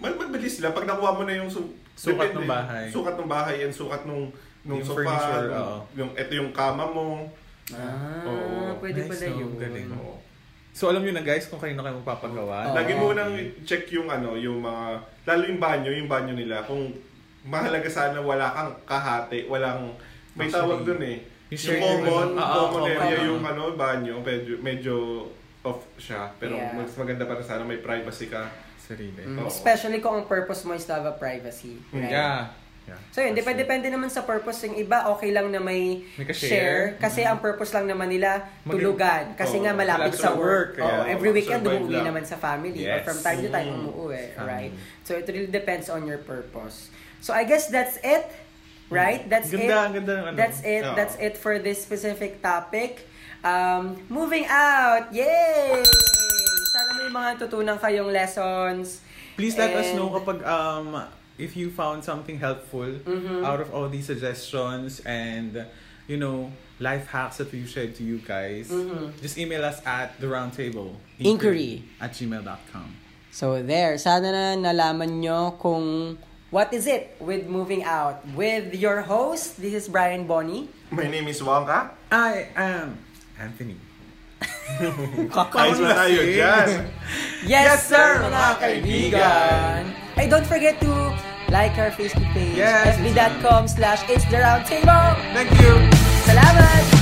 Speaker 1: Mal mabilis lang pag nakuha mo na yung su-
Speaker 3: Sukat ng bahay.
Speaker 1: Sukat ng bahay and sukat nung nung
Speaker 3: Yung
Speaker 1: sofa,
Speaker 3: furniture,
Speaker 1: nung-
Speaker 3: oo.
Speaker 1: yung ito yung kama mo.
Speaker 2: Ah,
Speaker 1: Oo.
Speaker 2: pwede
Speaker 3: Nice,
Speaker 2: pala
Speaker 3: no?
Speaker 2: yun.
Speaker 3: Galing.
Speaker 1: Oo.
Speaker 3: So, alam nyo na guys kung kanino kayo magpapagawa.
Speaker 2: Oo.
Speaker 1: Lagi mo nang check yung ano, yung mga lalo yung banyo, yung banyo nila kung mahalaga sana wala kang kahati, walang may
Speaker 3: Actually,
Speaker 1: tawag doon eh.
Speaker 3: yung
Speaker 1: Yung
Speaker 3: shared
Speaker 1: common,
Speaker 3: area. Oo,
Speaker 1: common
Speaker 3: common.
Speaker 1: area yung ano, banyo, medyo, medyo off siya. Pero
Speaker 2: Yeah.
Speaker 1: mas maganda para sana may privacy ka.
Speaker 3: Sarili.
Speaker 2: Mm,
Speaker 1: Oo.
Speaker 2: Especially kung ang purpose mo is to have a privacy. Right?
Speaker 3: Yeah. Yeah.
Speaker 2: So yun,
Speaker 3: That's
Speaker 2: depende,
Speaker 3: it.
Speaker 2: depende naman sa purpose. Yung iba, okay lang na may,
Speaker 3: Oh, May
Speaker 2: share.
Speaker 3: ka-share. Mm-hmm.
Speaker 2: Kasi ang purpose lang naman nila,
Speaker 3: Mag-
Speaker 2: tulugan. Kasi
Speaker 1: Oo,
Speaker 2: nga malapit
Speaker 3: malapit
Speaker 2: sa
Speaker 3: sa
Speaker 2: work.
Speaker 3: work, kaya
Speaker 2: Oo, every weekend,
Speaker 3: survive
Speaker 2: umuwi
Speaker 3: lang.
Speaker 2: naman sa family. Or
Speaker 3: Yes.
Speaker 2: from time to time, umuwi. Right? So it really depends on your purpose. So I guess that's it. Right? That's it.
Speaker 3: Hmm. Ganda, ganda ng ano.
Speaker 2: That's it.
Speaker 1: Oo.
Speaker 2: That's it for this specific topic. Um, moving out! Yay! Sana may mga tutunan kayong lessons.
Speaker 3: Please let us
Speaker 2: And-
Speaker 3: know kapag um if you found something helpful
Speaker 2: Mm-hmm.
Speaker 3: out of all these suggestions and you know life hacks that we've shared to you guys. Just email us at the roundtable
Speaker 2: Mm-hmm. Inquiry.
Speaker 3: at gmail.com.
Speaker 2: So there, sana na nalaman nyo kung what is it with moving out. With your host, this is Brian Bonnie.
Speaker 1: My name is Wonka.
Speaker 3: I am
Speaker 2: <laughs>
Speaker 3: Anthony.
Speaker 1: Ayos na tayo dyan.
Speaker 2: Yes, sir, mga kaibigan!
Speaker 3: kaibigan.
Speaker 2: Ay, don't forget to like our Facebook page,
Speaker 3: Yes,
Speaker 2: fb.com slash it's the roundtable.
Speaker 3: Thank you.
Speaker 2: Salamat!